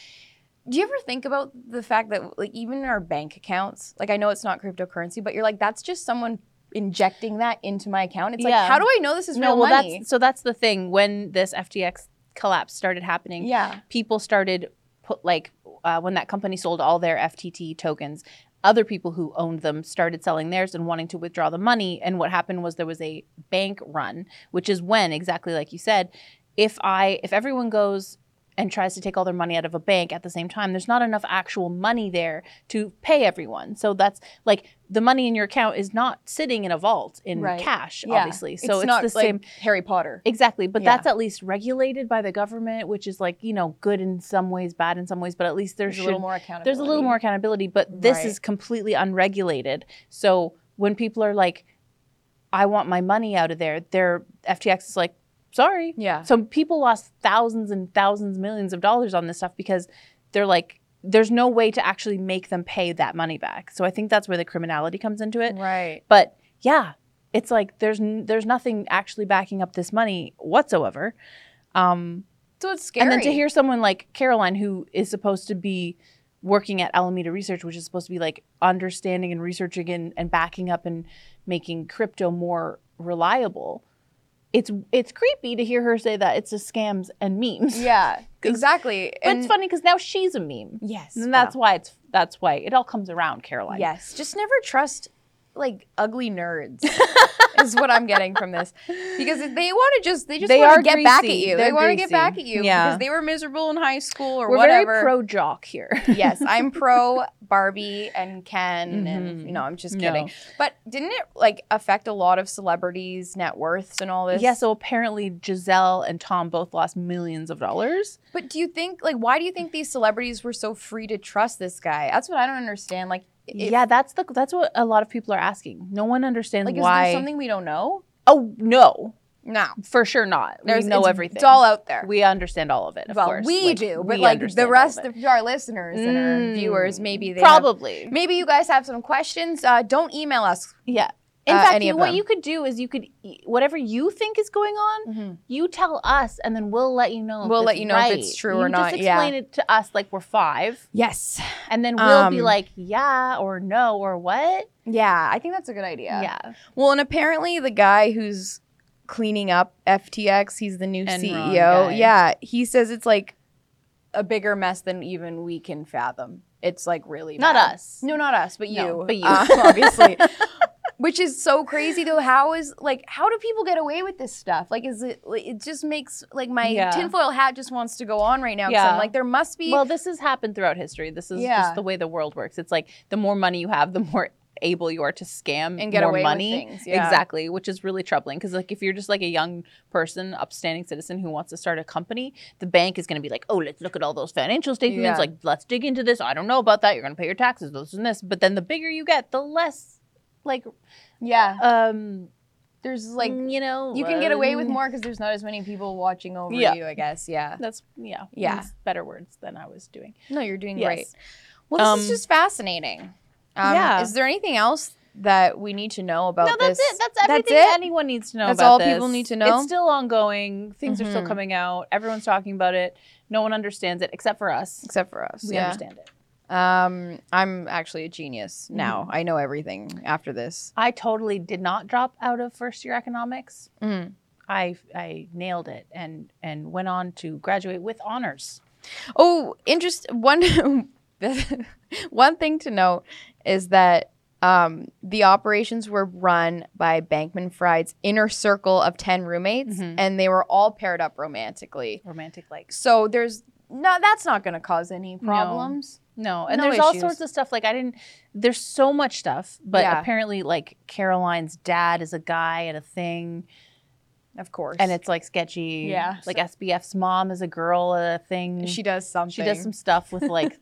Speaker 1: do you ever think about the fact that like even in our bank accounts, like I know it's not cryptocurrency, but you're like, that's just someone injecting that into my account. It's
Speaker 3: Yeah.
Speaker 1: like, how do I know this is
Speaker 3: no,
Speaker 1: real
Speaker 3: well,
Speaker 1: money?
Speaker 3: that's so that's the thing. When this FTX collapse started happening,
Speaker 1: yeah.
Speaker 3: people started put like uh, when that company sold all their FTT tokens, other people who owned them started selling theirs and wanting to withdraw the money. And what happened was there was a bank run, which is when exactly like you said, if I if everyone goes and tries to take all their money out of a bank at the same time, there's not enough actual money there to pay everyone. So that's like the money in your account is not sitting in a vault in
Speaker 1: Right.
Speaker 3: cash,
Speaker 1: Yeah.
Speaker 3: obviously. So it's,
Speaker 1: not
Speaker 3: the
Speaker 1: like
Speaker 3: same
Speaker 1: Harry Potter.
Speaker 3: Exactly, but
Speaker 1: Yeah.
Speaker 3: that's at least regulated by the government, which is like you know good in some ways, bad in some ways, but at least there's a little more.
Speaker 1: more accountability.
Speaker 3: There's a little more accountability, but this
Speaker 1: Right.
Speaker 3: is completely unregulated. So when people are like, "I want my money out of there," their FTX is like, "Sorry."
Speaker 1: Yeah.
Speaker 3: So people lost thousands and thousands, millions of dollars on this stuff because they're like, "There's no way to actually make them pay that money back." So I think that's where the criminality comes into it.
Speaker 1: Right.
Speaker 3: But yeah, it's like there's n- there's nothing actually backing up this money whatsoever. Um,
Speaker 1: So it's scary.
Speaker 3: and then to hear someone like Caroline, who is supposed to be working at Alameda Research, which is supposed to be like understanding and researching and, and backing up and making crypto more reliable, it's it's creepy to hear her say that it's just scams and memes.
Speaker 1: Yeah.
Speaker 3: 'Cause-
Speaker 1: Exactly.
Speaker 3: but it's funny because now she's a meme,
Speaker 1: Yes.
Speaker 3: and that's
Speaker 1: wow.
Speaker 3: why it's that's why it all comes around, Caroline.
Speaker 1: Yes. Just never trust like ugly nerds is what I'm getting from this because they want to just they just
Speaker 3: They
Speaker 1: want to
Speaker 3: are
Speaker 1: get back at
Speaker 3: greasy.
Speaker 1: you. they
Speaker 3: They're
Speaker 1: want to get
Speaker 3: greasy.
Speaker 1: back at you
Speaker 3: Yeah.
Speaker 1: because they were miserable in high school or
Speaker 3: We're
Speaker 1: whatever.
Speaker 3: very pro jock here.
Speaker 1: yes, I'm pro Barbie and Ken, and
Speaker 3: Mhm.
Speaker 1: you know, I'm just
Speaker 3: No.
Speaker 1: kidding. But didn't it like affect a lot of celebrities' net worths and all this?
Speaker 3: Yeah, so apparently Giselle and Tom both lost millions of dollars.
Speaker 1: But do you think like why do you think these celebrities were so free to trust this guy? That's what I don't understand. Like, if-
Speaker 3: yeah, that's the that's what a lot of people are asking. No one understands
Speaker 1: like is
Speaker 3: why.
Speaker 1: there something we don't know?
Speaker 3: oh no,
Speaker 1: No,
Speaker 3: for sure not.
Speaker 1: there's
Speaker 3: we know
Speaker 1: it's,
Speaker 3: everything.
Speaker 1: It's all out there.
Speaker 3: we understand all of it. Of
Speaker 1: well,
Speaker 3: course,
Speaker 1: we
Speaker 3: Like,
Speaker 1: do, but
Speaker 3: we
Speaker 1: like
Speaker 3: understand
Speaker 1: the
Speaker 3: all
Speaker 1: rest
Speaker 3: of, it.
Speaker 1: of our listeners and our
Speaker 3: Mm,
Speaker 1: viewers, maybe they have-
Speaker 3: probably
Speaker 1: maybe you guys have some questions. Uh, don't email us.
Speaker 3: yeah. In
Speaker 1: uh,
Speaker 3: fact,
Speaker 1: any
Speaker 3: you,
Speaker 1: of
Speaker 3: what
Speaker 1: them.
Speaker 3: you could do is you could e- whatever you think is going on, you tell us, and then we'll let you know. if
Speaker 1: We'll
Speaker 3: it's
Speaker 1: let you know if
Speaker 3: right.
Speaker 1: it's true
Speaker 3: You
Speaker 1: or not,
Speaker 3: Just
Speaker 1: yeah.
Speaker 3: explain it to us like we're five,
Speaker 1: Yes.
Speaker 3: and then we'll be
Speaker 1: Um,
Speaker 3: like, yeah or no or what.
Speaker 1: Yeah, I think that's a good idea. Well, and apparently the guy who's cleaning up FTX, he's the new
Speaker 3: Enron
Speaker 1: CEO.
Speaker 3: guy.
Speaker 1: Yeah, he says it's like a bigger mess than even we can fathom. It's like really
Speaker 3: not
Speaker 1: bad.
Speaker 3: us.
Speaker 1: No, not us, but you.
Speaker 3: No, but you.
Speaker 1: Uh, obviously. Which is so crazy though. How is like how do people get away with this stuff? Like, is it? like, It just makes like my
Speaker 3: Yeah.
Speaker 1: tinfoil hat just wants to go on right now. 'cause
Speaker 3: Yeah.
Speaker 1: I'm like there must be.
Speaker 3: Well, this has happened throughout history. This is
Speaker 1: Yeah.
Speaker 3: just the way the world works. It's like the more money you have, the more able you are to scam
Speaker 1: and get
Speaker 3: more
Speaker 1: away
Speaker 3: money.
Speaker 1: with things. Yeah.
Speaker 3: Exactly, which is really troubling because like if you're just like a young person, upstanding citizen who wants to start a company, the bank is going to be like, "Oh, let's look at all those financial statements.
Speaker 1: Yeah.
Speaker 3: Like, let's dig into this. I don't know about that. You're going to pay your taxes, this and this." But then the bigger you get, the less like
Speaker 1: Yeah,
Speaker 3: um
Speaker 1: there's like
Speaker 3: you know,
Speaker 1: you can get away with
Speaker 3: um,
Speaker 1: more because there's not as many people watching over
Speaker 3: Yeah.
Speaker 1: you. I guess. Yeah.
Speaker 3: That's yeah.
Speaker 1: Yeah.
Speaker 3: that's better words than I was doing.
Speaker 1: No, you're doing
Speaker 3: Yes.
Speaker 1: great. Well, this is
Speaker 3: Um,
Speaker 1: just fascinating. Um,
Speaker 3: Yeah.
Speaker 1: Is there anything else that we need to know about
Speaker 3: no, that's
Speaker 1: this?
Speaker 3: it. That's everything
Speaker 1: it?
Speaker 3: anyone needs to Mm-hmm. know
Speaker 1: That's
Speaker 3: about
Speaker 1: all
Speaker 3: this.
Speaker 1: people need to know?
Speaker 3: It's still ongoing. Things are still
Speaker 1: Mhm.
Speaker 3: coming out. Everyone's talking about it. No one understands it except for us.
Speaker 1: Except for us.
Speaker 3: We
Speaker 1: yeah.
Speaker 3: understand it.
Speaker 1: Um, I'm actually a genius now. I know everything after this.
Speaker 3: I totally did not drop out of first year economics.
Speaker 1: Mm.
Speaker 3: I I nailed it and and went on to graduate with honors.
Speaker 1: Oh, interest. One, one thing to note is that um, the operations were run by Bankman Fried's inner circle of 10 roommates,
Speaker 3: Mhm.
Speaker 1: and they were all paired up romantically.
Speaker 3: Romantic like
Speaker 1: So there's no, that's not going to cause any problems.
Speaker 3: no, and
Speaker 1: No
Speaker 3: there's all
Speaker 1: issues.
Speaker 3: sorts of stuff. Like I didn't. There's so much stuff, but
Speaker 1: Yeah.
Speaker 3: apparently like Caroline's dad is a guy at a thing,
Speaker 1: Of course.
Speaker 3: and it's like sketchy.
Speaker 1: Yeah.
Speaker 3: like SBF's mom is a girl at a thing.
Speaker 1: she does something.
Speaker 3: She does some stuff with like,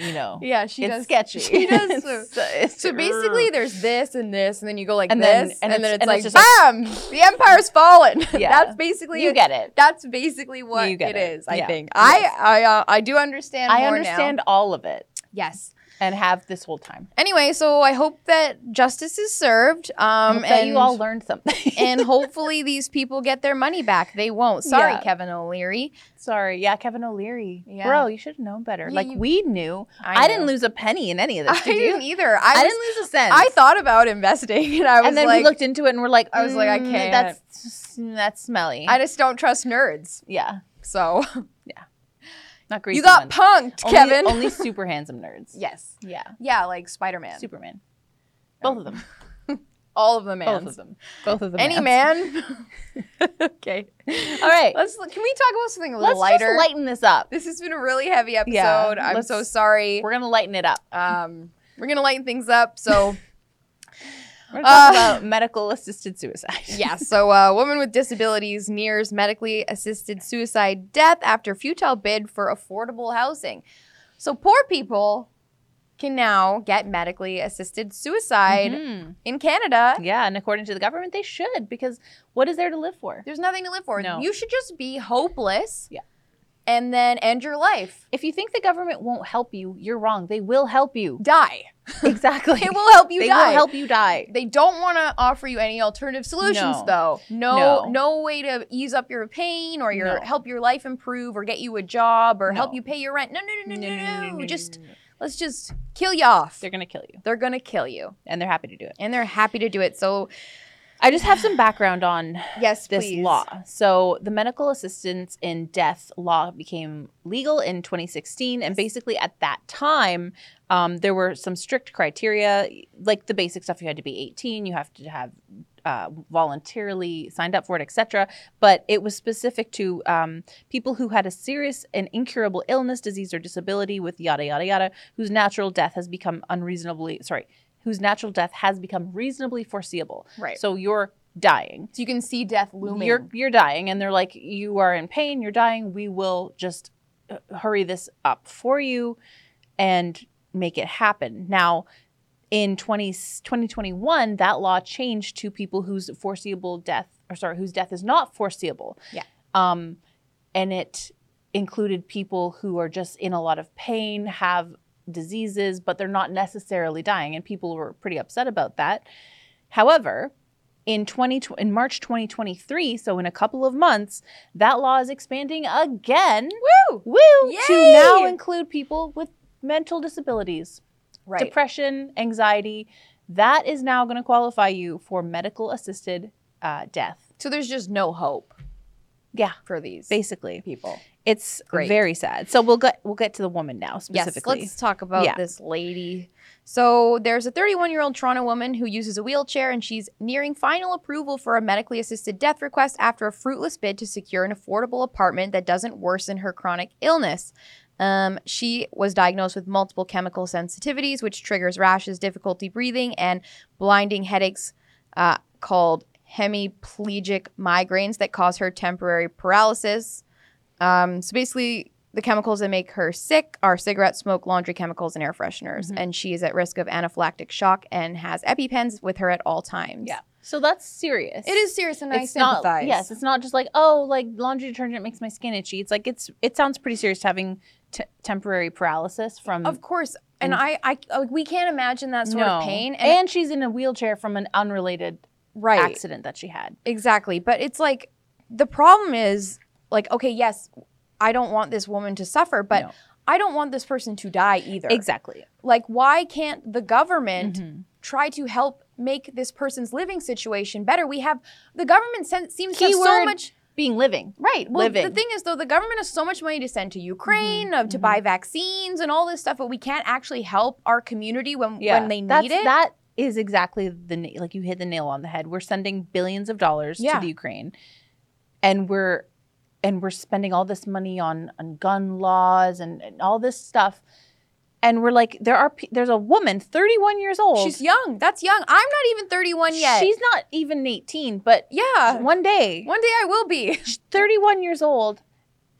Speaker 3: you know,
Speaker 1: Yeah, she
Speaker 3: it's
Speaker 1: does.
Speaker 3: sketchy.
Speaker 1: She does.
Speaker 3: It's-
Speaker 1: some-
Speaker 3: it's-
Speaker 1: so basically, there's this and this, and then you go like
Speaker 3: And then-
Speaker 1: this,
Speaker 3: and
Speaker 1: and,
Speaker 3: it's-
Speaker 1: then it's
Speaker 3: and
Speaker 1: like,
Speaker 3: it's
Speaker 1: bam, the empire's fallen.
Speaker 3: Yeah.
Speaker 1: that's basically
Speaker 3: you
Speaker 1: it.
Speaker 3: get it.
Speaker 1: That's basically what
Speaker 3: You
Speaker 1: it
Speaker 3: get
Speaker 1: is.
Speaker 3: it.
Speaker 1: I
Speaker 3: Yeah.
Speaker 1: think.
Speaker 3: Yes.
Speaker 1: I I uh, I do understand.
Speaker 3: I
Speaker 1: more now.
Speaker 3: understand all of it
Speaker 1: Yes.
Speaker 3: and have this whole time.
Speaker 1: Anyway, so I hope that justice is served.
Speaker 3: Um,
Speaker 1: Um,
Speaker 3: that
Speaker 1: and
Speaker 3: you all learned something.
Speaker 1: and hopefully these people get their money back. They won't. Sorry,
Speaker 3: Yeah.
Speaker 1: Kevin O'Leary.
Speaker 3: Sorry, yeah, Kevin O'Leary,
Speaker 1: Yeah.
Speaker 3: bro, you should have known better.
Speaker 1: Yeah,
Speaker 3: like
Speaker 1: you-
Speaker 3: we knew. I, didn't
Speaker 1: know.
Speaker 3: lose a penny in any of this.
Speaker 1: I
Speaker 3: Did you?
Speaker 1: didn't either. I,
Speaker 3: I
Speaker 1: was-
Speaker 3: didn't lose a cent.
Speaker 1: I thought about investing, and I was
Speaker 3: and then
Speaker 1: like,
Speaker 3: we looked into it and we're like,
Speaker 1: I was like, I
Speaker 3: "Mm,
Speaker 1: can't."
Speaker 3: That's mm, that's smelly.
Speaker 1: I just don't trust nerds.
Speaker 3: yeah,
Speaker 1: So
Speaker 3: not greasy.
Speaker 1: you got
Speaker 3: ones.
Speaker 1: punked,
Speaker 3: Only-
Speaker 1: Kevin.
Speaker 3: Only super handsome nerds.
Speaker 1: yes.
Speaker 3: yeah,
Speaker 1: Yeah, like Spider Man.
Speaker 3: Superman. Both of them.
Speaker 1: All of the mans.
Speaker 3: Both of them. Both of them.
Speaker 1: Any
Speaker 3: mans.
Speaker 1: man. okay.
Speaker 3: All right.
Speaker 1: Let's. Can we talk about something a
Speaker 3: Let's
Speaker 1: little lighter?
Speaker 3: just lighten this up.
Speaker 1: this has been a really heavy episode.
Speaker 3: Yeah,
Speaker 1: I'm
Speaker 3: let's-
Speaker 1: so sorry.
Speaker 3: We're gonna lighten it up.
Speaker 1: Um, we're gonna lighten things up. So
Speaker 3: We're gonna
Speaker 1: Uh,
Speaker 3: talk about medical assisted suicide.
Speaker 1: yeah. So uh, a woman with disabilities nears medically assisted suicide death after futile bid for affordable housing. So poor people can now get medically assisted suicide
Speaker 3: Mhm.
Speaker 1: in Canada.
Speaker 3: Yeah, and according to the government, they should because what is there to live for?
Speaker 1: There's nothing to live for.
Speaker 3: No.
Speaker 1: You should just be hopeless.
Speaker 3: Yeah.
Speaker 1: And then end your life.
Speaker 3: If you think the government won't help you, you're wrong. They will help you.
Speaker 1: Die.
Speaker 3: Exactly.
Speaker 1: It will help you
Speaker 3: they
Speaker 1: die.
Speaker 3: will help you die.
Speaker 1: They don't want to offer you any alternative solutions
Speaker 3: No.
Speaker 1: though. No,
Speaker 3: No.
Speaker 1: no way to ease up your pain or your
Speaker 3: No.
Speaker 1: help your life improve or get you a job or help
Speaker 3: No.
Speaker 1: you pay your rent. No, no, no, no, no, no. just
Speaker 3: no, no.
Speaker 1: let's just kill you off.
Speaker 3: they're gonna kill you,
Speaker 1: They're going to kill you
Speaker 3: and they're happy to do it.
Speaker 1: and they're happy to do it. So
Speaker 3: I just have some background on
Speaker 1: Yes,
Speaker 3: this
Speaker 1: please.
Speaker 3: law. So, the medical assistance in death law became legal in 2016. And basically, at that time, um, there were some strict criteria, like the basic stuff you had to be 18, you have to have uh, voluntarily signed up for it, etc. But it was specific to um, people who had a serious and incurable illness, disease, or disability with yada, yada, yada, whose natural death has become unreasonably, sorry, whose natural death has become reasonably foreseeable.
Speaker 1: Right. So,
Speaker 3: So, you're dying.
Speaker 1: you can see death looming.
Speaker 3: You're you're dying, and they're like, you are in pain. You're dying. We will just uh, hurry this up for you, and make it happen. Now, in 20, 2021, that law changed to people whose foreseeable death, or sorry, whose death is not foreseeable.
Speaker 1: Yeah.
Speaker 3: Um, and it included people who are just in a lot of pain, have diseases, but they're not necessarily dying, and people were pretty upset about that. However, in 20 tw- in March 2023, so in a couple of months, that law is expanding again. Woo! Woo! To
Speaker 1: Yay!
Speaker 3: now include people with mental disabilities,
Speaker 1: right.
Speaker 3: depression, anxiety. That is now going to qualify you for medical assisted uh, death.
Speaker 1: so there's just no hope.
Speaker 3: Yeah.
Speaker 1: For these
Speaker 3: Basically,
Speaker 1: people.
Speaker 3: it's
Speaker 1: Great.
Speaker 3: very sad. So we'll get we'll get to the woman now
Speaker 1: Yes,
Speaker 3: specifically.
Speaker 1: let's talk about
Speaker 3: Yeah.
Speaker 1: this lady. So there's a 31 year old Toronto woman who uses a wheelchair and she's nearing final approval for a medically assisted death request after a fruitless bid to secure an affordable apartment that doesn't worsen her chronic illness. Um, she was diagnosed with multiple chemical sensitivities, which triggers rashes, difficulty breathing, and blinding headaches uh, called hemiplegic migraines that cause her temporary paralysis. Um, so basically, the chemicals that make her sick are cigarette smoke, laundry chemicals, and air fresheners.
Speaker 3: Mhm.
Speaker 1: And she is at risk of anaphylactic shock and has EpiPens with her at all times.
Speaker 3: Yeah. So that's serious.
Speaker 1: It is serious, and I
Speaker 3: It's not,
Speaker 1: sympathize.
Speaker 3: yes, it's not just like oh, like laundry detergent makes my skin itchy. It's like it's it sounds pretty serious having t- temporary paralysis from
Speaker 1: of course. And
Speaker 3: And-
Speaker 1: I, I, uh, we can't imagine that sort of
Speaker 3: No.
Speaker 1: pain.
Speaker 3: and, she's in a wheelchair from an unrelated
Speaker 1: right,
Speaker 3: accident that she had.
Speaker 1: Exactly. But it's like the problem is like, okay, yes, I don't want this woman to suffer, but
Speaker 3: No.
Speaker 1: I don't want this person to die either.
Speaker 3: Exactly.
Speaker 1: Like, why can't the government
Speaker 3: Mhm.
Speaker 1: try to help make this person's living situation better? We have the government sen- seems to have so
Speaker 3: Keyword,
Speaker 1: much.
Speaker 3: Being living.
Speaker 1: Right. Well, the
Speaker 3: living. Mm-hmm.
Speaker 1: thing is, though, the government has so much money to send to Ukraine, of, to buy vaccines, and all this stuff, but we can't actually help our community when, when they need
Speaker 3: That's,
Speaker 1: it.
Speaker 3: That is exactly the na- like you hit the nail on the head. We're sending billions of dollars
Speaker 1: Yeah.
Speaker 3: to the Ukraine, and we're and we're spending all this money on on gun laws and, and all this stuff. And we're like, there are pe- there's a woman, 31 years old.
Speaker 1: She's young. That's young. I'm not even 31 yet.
Speaker 3: She's not even 18, but
Speaker 1: yeah.
Speaker 3: one day,
Speaker 1: One day I will be.
Speaker 3: she's 31 years old,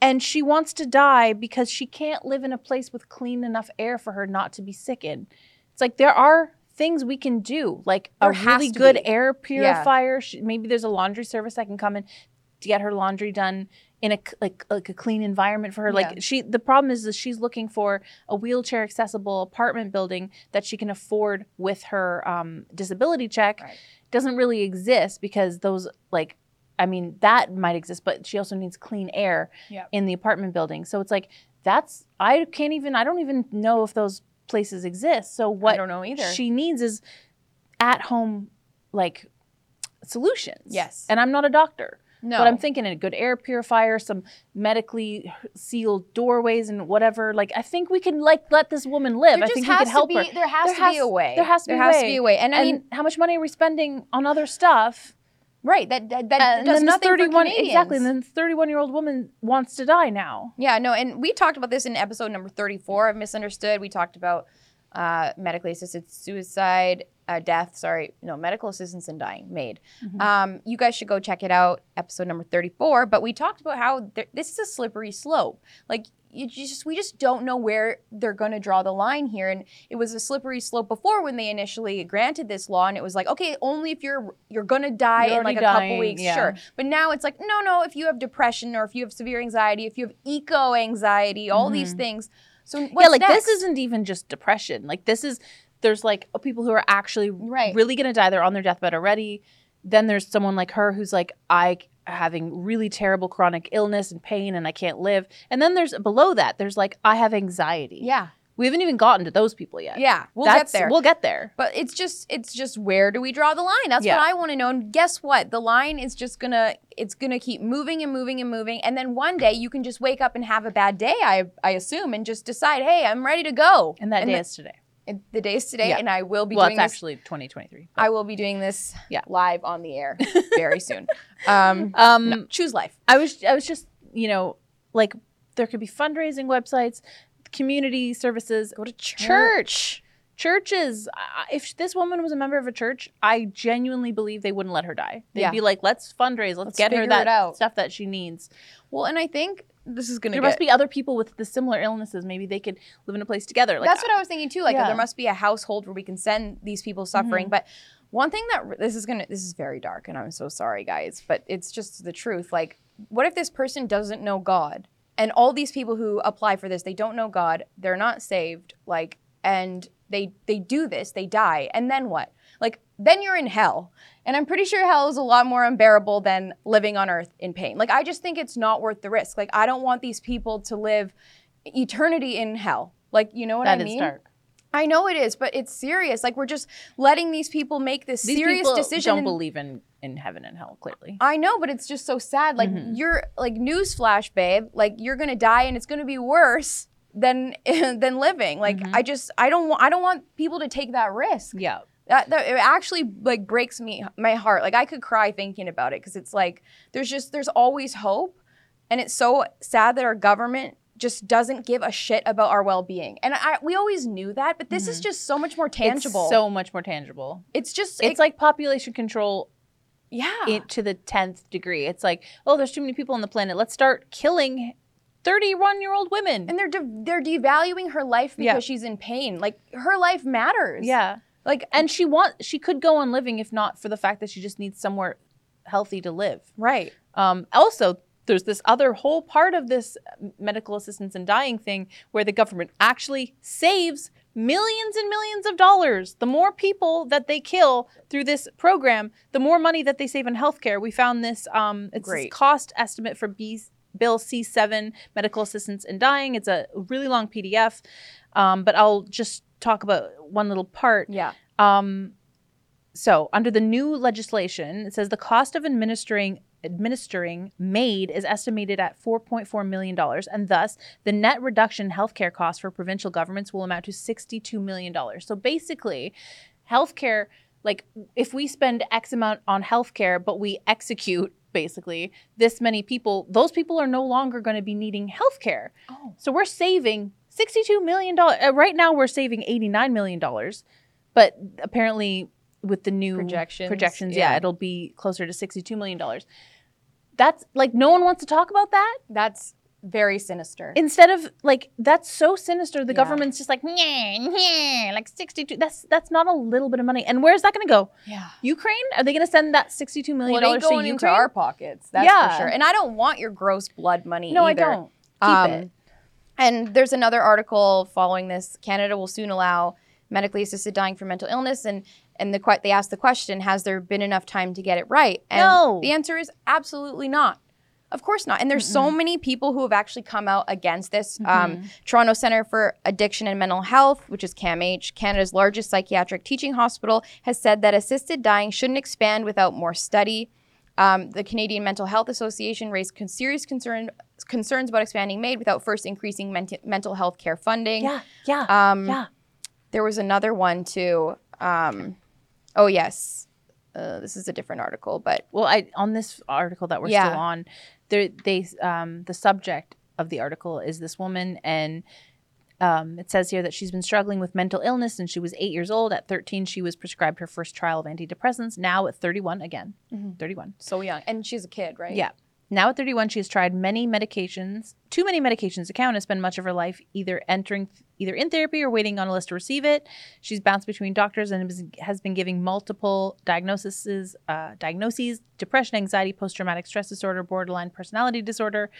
Speaker 3: and she wants to die because she can't live in a place with clean enough air for her not to be sick in. It's like there are things we can do, like
Speaker 1: There
Speaker 3: a
Speaker 1: has
Speaker 3: really
Speaker 1: to
Speaker 3: good
Speaker 1: be.
Speaker 3: air purifier. She, maybe there's a laundry service that can come in to get her laundry done in a c- like like a clean environment for her.
Speaker 1: Yeah.
Speaker 3: Like she, the problem is that she's looking for a wheelchair accessible apartment building that she can afford with her um, disability check.
Speaker 1: Right.
Speaker 3: Doesn't really exist because those like. I mean, that might exist, but she also needs clean air
Speaker 1: Yeah.
Speaker 3: in the apartment building. So it's like, that's, I can't even, I don't even know if those places exist. So
Speaker 1: I
Speaker 3: what
Speaker 1: don't know either.
Speaker 3: she needs is at home like solutions.
Speaker 1: Yes.
Speaker 3: And I'm not a doctor,
Speaker 1: no.
Speaker 3: but I'm thinking a good air purifier, some medically sealed doorways and whatever. Like I think we can like let this woman live.
Speaker 1: there
Speaker 3: I
Speaker 1: just
Speaker 3: think we
Speaker 1: has
Speaker 3: could help
Speaker 1: to
Speaker 3: her.
Speaker 1: be there has
Speaker 3: There
Speaker 1: to
Speaker 3: has-
Speaker 1: be a way.
Speaker 3: there has to
Speaker 1: there
Speaker 3: be a
Speaker 1: has to
Speaker 3: way.
Speaker 1: be a way. And I
Speaker 3: and
Speaker 1: mean,
Speaker 3: how much money are we spending on other stuff?
Speaker 1: right? That that, that
Speaker 3: And
Speaker 1: does
Speaker 3: then this
Speaker 1: nothing for
Speaker 3: 31
Speaker 1: Canadians.
Speaker 3: exactly. And then 31 year old woman wants to die now.
Speaker 1: yeah, no. And we talked about this in episode number thirty-four of Misunderstood. We talked about uh, medically assisted suicide, uh, death. Sorry, no, medical assistance in dying. Made.
Speaker 3: Mhm.
Speaker 1: Um, you guys should go check it out, episode number thirty-four. But we talked about how there, this is a slippery slope. Like you just, we just don't know where they're going to draw the line here, and it was a slippery slope before when they initially granted this law and it was like okay only if you're you're gonna die
Speaker 3: You're
Speaker 1: in like
Speaker 3: already
Speaker 1: a couple
Speaker 3: dying,
Speaker 1: weeks
Speaker 3: yeah.
Speaker 1: sure but now it's like no no if you have depression or if you have severe anxiety if you have eco anxiety all these
Speaker 3: Mhm.
Speaker 1: things so what's
Speaker 3: yeah, like
Speaker 1: next?
Speaker 3: this isn't even just depression. Like this is there's like uh, people who are actually
Speaker 1: Right.
Speaker 3: really gonna die. They're on their deathbed already. Then there's someone like her who's like I having really terrible chronic illness and pain and I can't live. And then there's below that there's like I have anxiety.
Speaker 1: yeah
Speaker 3: We haven't even gotten to those people yet.
Speaker 1: Yeah, we'll
Speaker 3: Uh, That's-
Speaker 1: get there.
Speaker 3: We'll get there.
Speaker 1: But it's just it's just where do we draw the line? That's
Speaker 3: Yeah.
Speaker 1: what I want to know. And guess what? The line is just gonna it's gonna keep moving and moving and moving. And then one day you can just wake up and have a bad day, I I assume, and just decide, hey, I'm ready to go.
Speaker 3: And that
Speaker 1: and
Speaker 3: day
Speaker 1: the-
Speaker 3: is today.
Speaker 1: and the, day's today,
Speaker 3: Yeah.
Speaker 1: and I will be
Speaker 3: Well,
Speaker 1: doing
Speaker 3: it's
Speaker 1: this.
Speaker 3: actually 2023.
Speaker 1: I will be doing this
Speaker 3: Yeah.
Speaker 1: live on the air very soon. Um,
Speaker 3: um,
Speaker 1: choose life.
Speaker 3: I was I was just you know like there could be fundraising websites, community services,
Speaker 1: Go to church.
Speaker 3: church, churches. I- I- If this woman was a member of a church, I genuinely believe they wouldn't let her die. They'd
Speaker 1: Yeah.
Speaker 3: be like, let's fundraise, let's,
Speaker 1: Let's
Speaker 3: get
Speaker 1: figure
Speaker 3: her
Speaker 1: it
Speaker 3: that
Speaker 1: out.
Speaker 3: stuff that she needs.
Speaker 1: Well, and I think this is gonna
Speaker 3: There
Speaker 1: get.
Speaker 3: must be other people with the similar illnesses. Maybe they could live in a place together. Like
Speaker 1: That's what I was thinking too. Like
Speaker 3: yeah. Mm-hmm.
Speaker 1: there must be a household where we can send these people suffering. But one thing that this is gonna this is very dark, and I'm so sorry, guys, but it's just the truth. Like, what if this person doesn't know God, and all these people who apply for this, they don't know God, they're not saved, like, and they they do this, they die, and then what? Like, then you're in hell. And I'm pretty sure hell is a lot more unbearable than living on earth in pain. Like, I just think it's not worth the risk. Like, I don't want these people to live eternity in hell. Like, you know what
Speaker 3: That
Speaker 1: I
Speaker 3: is
Speaker 1: mean?
Speaker 3: dark.
Speaker 1: I know it is, but it's serious. Like we're just letting these people make this
Speaker 3: These
Speaker 1: serious
Speaker 3: people
Speaker 1: decision.
Speaker 3: don't
Speaker 1: and-
Speaker 3: believe in in heaven and hell. Clearly,
Speaker 1: I know, but it's just so sad. Like
Speaker 3: Mhm.
Speaker 1: you're like newsflash, babe. Like you're gonna die, and it's gonna be worse than than living. Like
Speaker 3: Mhm.
Speaker 1: I just I don't want I don't want people to take that risk.
Speaker 3: yeah.
Speaker 1: That, that it actually like breaks me my heart. Like I could cry thinking about it because it's like there's just there's always hope, and it's so sad that our government just doesn't give a shit about our well-being. And I we always knew that, but this is
Speaker 3: Mhm.
Speaker 1: just so much more tangible.
Speaker 3: It's so much more tangible.
Speaker 1: It's just
Speaker 3: It's
Speaker 1: it's
Speaker 3: like population control
Speaker 1: yeah.
Speaker 3: it to the 10th degree. It's like, oh, there's too many people on the planet. Let's start killing 31 year old women.
Speaker 1: and they're de- they're devaluing her life because
Speaker 3: Yeah.
Speaker 1: she's in pain. Like her life matters.
Speaker 3: yeah.
Speaker 1: Like and
Speaker 3: And she wants, she could go on living if not for the fact that she just needs somewhere healthy to live.
Speaker 1: right.
Speaker 3: Um, also, there's this other whole part of this medical assistance and dying thing where the government actually saves millions and millions of dollars. The more people that they kill through this program, the more money that they save in healthcare. We found this. Um, it's this
Speaker 1: Great.
Speaker 3: cost estimate for B- Bill C7, medical assistance and dying. It's a really long PDF, um, but I'll just talk about one little part.
Speaker 1: Yeah.
Speaker 3: Um, so under the new legislation, it says the cost of administering administering MAID is estimated at 4.4 million dollars, and thus the net reduction in healthcare costs for provincial governments will amount to 62 million dollars. So basically, healthcare like if we spend X amount on healthcare, but we execute basically this many people, those people are no longer going to be needing healthcare.
Speaker 1: Oh.
Speaker 3: So we're saving $62 million. Uh, right now, we're saving $89 million. But apparently, with the new
Speaker 1: Projections,
Speaker 3: projections, yeah,
Speaker 1: yeah.
Speaker 3: it'll be closer to $62 million. That's like, no one wants to talk about that.
Speaker 1: That's very sinister.
Speaker 3: Instead of like, that's so sinister. The
Speaker 1: Yeah.
Speaker 3: government's just like, yeah, yeah, like 62. That's that's not a little bit of money. And where's that going to go?
Speaker 1: yeah.
Speaker 3: Ukraine? Are they going to send that 62
Speaker 1: Well,
Speaker 3: million
Speaker 1: it ain't
Speaker 3: dollars to
Speaker 1: going
Speaker 3: Ukraine?
Speaker 1: into our pockets. That's
Speaker 3: Yeah.
Speaker 1: for sure. And I don't want your gross blood money.
Speaker 3: no,
Speaker 1: either.
Speaker 3: I don't. Keep
Speaker 1: Um,
Speaker 3: it.
Speaker 1: And there's another article following this. Canada will soon allow medically assisted dying for mental illness, and and the que- they asked the question: Has there been enough time to get it right? And
Speaker 3: No.
Speaker 1: The answer is absolutely not. Of course not. And there's so many people who have actually come out against this.
Speaker 3: Mm-hmm.
Speaker 1: Um, Toronto Centre for Addiction and Mental Health, which is CAMH, Canada's largest psychiatric teaching hospital, has said that assisted dying shouldn't expand without more study. Um, the Canadian Mental Health Association raised con- serious concern, concerns about expanding MAID without first increasing menti- mental health care funding.
Speaker 3: Yeah, yeah,
Speaker 1: Um,
Speaker 3: yeah.
Speaker 1: There was another one too. Um, oh, yes. Uh, this is a different article, but
Speaker 3: well i on this article that we're
Speaker 1: Yeah.
Speaker 3: still on there they um the subject of the article is this woman and um, it says here that she's been struggling with mental illness since she was eight years old. At 13, she was prescribed her first trial of antidepressants. Now at 31, again,
Speaker 1: Mhm.
Speaker 3: 31.
Speaker 1: so young. And she's a kid, right?
Speaker 3: Yeah. Now at 31, she has tried many medications, too many medications to count, and spent much of her life either entering either in therapy or waiting on a list to receive it. She's bounced between doctors and has- has been giving multiple diagnoses, uh, diagnoses, depression, anxiety, post-traumatic stress disorder, borderline personality disorder.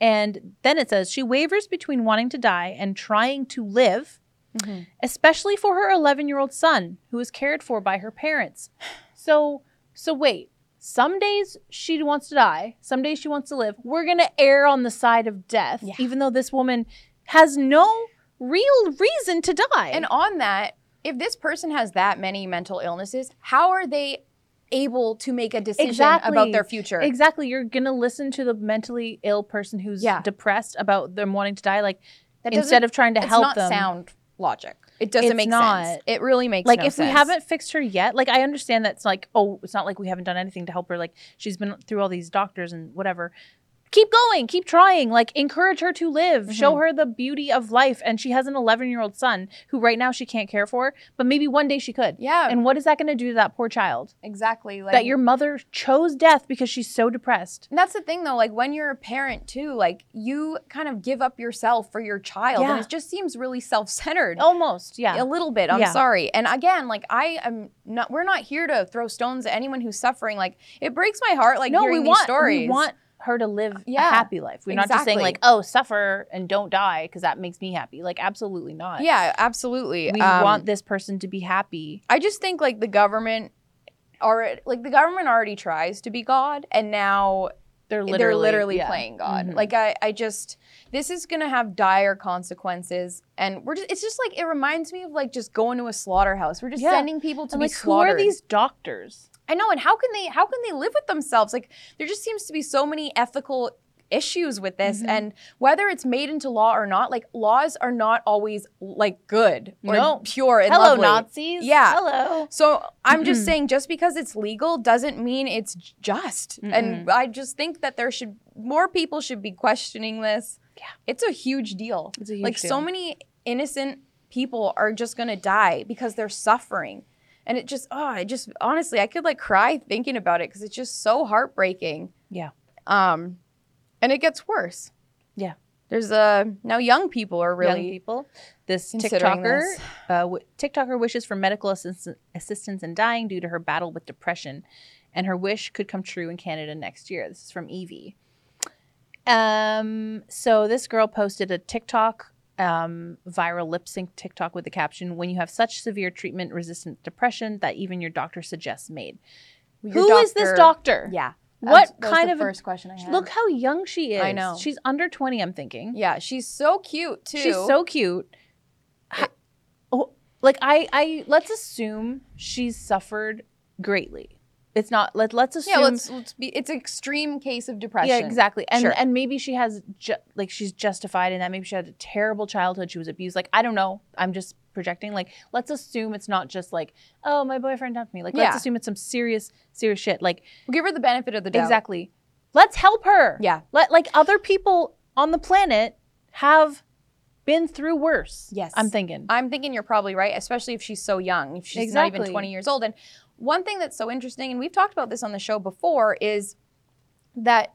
Speaker 3: And then it says she wavers between wanting to die and trying to live,
Speaker 1: Mhm.
Speaker 3: especially for her 11-year-old son who is cared for by her parents. So, so wait. Some days she wants to die, some days she wants to live. We're going to err on the side of death,
Speaker 1: Yeah.
Speaker 3: even though this woman has no real reason to die.
Speaker 1: And on that, if this person has that many mental illnesses, how are they able to make a decision about
Speaker 3: Exactly.
Speaker 1: their future?
Speaker 3: exactly, you're gonna listen to the mentally ill person who's
Speaker 1: Yeah.
Speaker 3: depressed about them wanting to die. Like
Speaker 1: That doesn't-
Speaker 3: instead of trying to
Speaker 1: it's
Speaker 3: help
Speaker 1: not
Speaker 3: them,
Speaker 1: sound logic. It doesn't
Speaker 3: It's
Speaker 1: make sense.
Speaker 3: not.
Speaker 1: It really makes
Speaker 3: like
Speaker 1: no
Speaker 3: if we
Speaker 1: sense.
Speaker 3: haven't fixed her yet like i understand that's like oh it's not like we haven't done anything to help her like she's been through all these doctors and whatever keep going keep trying like encourage her to live show
Speaker 1: Mm-hmm.
Speaker 3: her the beauty of life and she has an 11 year old son who right now she can't care for but maybe one day she could
Speaker 1: yeah,
Speaker 3: and what is that going to do to that poor child
Speaker 1: exactly. Like
Speaker 3: that your mother chose death because she's so depressed
Speaker 1: And that's the thing though, like when you're a parent too, like you kind of give up yourself for your child.
Speaker 3: Yeah.
Speaker 1: And it just seems really self centered.
Speaker 3: almost yeah
Speaker 1: A little bit. I'm
Speaker 3: Yeah.
Speaker 1: sorry. And again, like I am not we're not here to throw stones at anyone who's suffering. Like it breaks my heart like
Speaker 3: no
Speaker 1: hearing
Speaker 3: we
Speaker 1: these
Speaker 3: want
Speaker 1: stories.
Speaker 3: we want her to live
Speaker 1: Yeah,
Speaker 3: a happy life we're not just saying
Speaker 1: exactly.
Speaker 3: like oh suffer and don't die because that makes me happy like absolutely not
Speaker 1: Yeah, absolutely.
Speaker 3: we
Speaker 1: Um,
Speaker 3: want this person to be happy.
Speaker 1: I just think like the government already like the government already tries to be God and now
Speaker 3: They're
Speaker 1: they're literally
Speaker 3: yeah.
Speaker 1: playing God.
Speaker 3: Mhm.
Speaker 1: Like I, I just this is gonna have dire consequences, and we're just it's just like it reminds me of like just going to a slaughterhouse. We're just
Speaker 3: Yeah.
Speaker 1: sending people to
Speaker 3: And
Speaker 1: be
Speaker 3: like, who
Speaker 1: slaughtered.
Speaker 3: are these doctors?
Speaker 1: I know, and how can they how can they live with themselves? Like there just seems to be so many ethical issues with this
Speaker 3: Mhm.
Speaker 1: and whether it's made into law or not like laws are not always like good or
Speaker 3: No.
Speaker 1: pure and
Speaker 3: Hello,
Speaker 1: lovely.
Speaker 3: Nazis.
Speaker 1: Yeah.
Speaker 3: Hello.
Speaker 1: So I'm just saying, just because it's legal doesn't mean it's j- just. And I just think that there should more people should be questioning this.
Speaker 3: Yeah.
Speaker 1: it's a huge deal.
Speaker 3: It's a huge
Speaker 1: like so
Speaker 3: deal.
Speaker 1: many innocent people are just gonna die because they're suffering, and it just oh, I just honestly I could like cry thinking about it because it's just so heartbreaking.
Speaker 3: Yeah.
Speaker 1: Um, and it gets worse.
Speaker 3: Yeah.
Speaker 1: There's a now young people are
Speaker 3: Young
Speaker 1: really
Speaker 3: people. This
Speaker 1: considering
Speaker 3: TikToker,
Speaker 1: this.
Speaker 3: Uh, w- TikToker wishes for medical assist- assistance in dying due to her battle with depression, and her wish could come true in Canada next year. This is from Evie. Um, so this girl posted a TikTok um, viral lip sync TikTok with the caption, "When you have such severe treatment resistant depression that even your doctor suggests made."
Speaker 1: Your
Speaker 3: Who is this doctor?
Speaker 1: Yeah.
Speaker 3: What
Speaker 1: That's- that was
Speaker 3: kind
Speaker 1: the
Speaker 3: of a-
Speaker 1: first question I had?
Speaker 3: Look how young she is.
Speaker 1: I know.
Speaker 3: She's under 20, I'm thinking.
Speaker 1: Yeah, she's so cute too.
Speaker 3: She's so cute. Ha- oh, like I I let's assume she's suffered greatly. It's not let let's assume
Speaker 1: yeah. Let's, let's be. It's an extreme case of depression.
Speaker 3: Yeah, exactly. And
Speaker 1: Sure.
Speaker 3: and maybe she has ju- like she's justified in that maybe she had a terrible childhood, she was abused. Like I don't know. I'm just projecting. Like let's assume it's not just like, oh, my boyfriend dumped me. Like
Speaker 1: Yeah.
Speaker 3: let's assume it's some serious serious shit. Like
Speaker 1: We'll give her the benefit of the doubt.
Speaker 3: Exactly. Let's help her.
Speaker 1: Yeah.
Speaker 3: Let like other people on the planet have been through worse.
Speaker 1: Yes.
Speaker 3: I'm thinking.
Speaker 1: I'm thinking you're probably right, especially if she's so young. If she's not even
Speaker 3: Exactly.
Speaker 1: 20 years old. And one thing that's so interesting, and we've talked about this on the show before, is that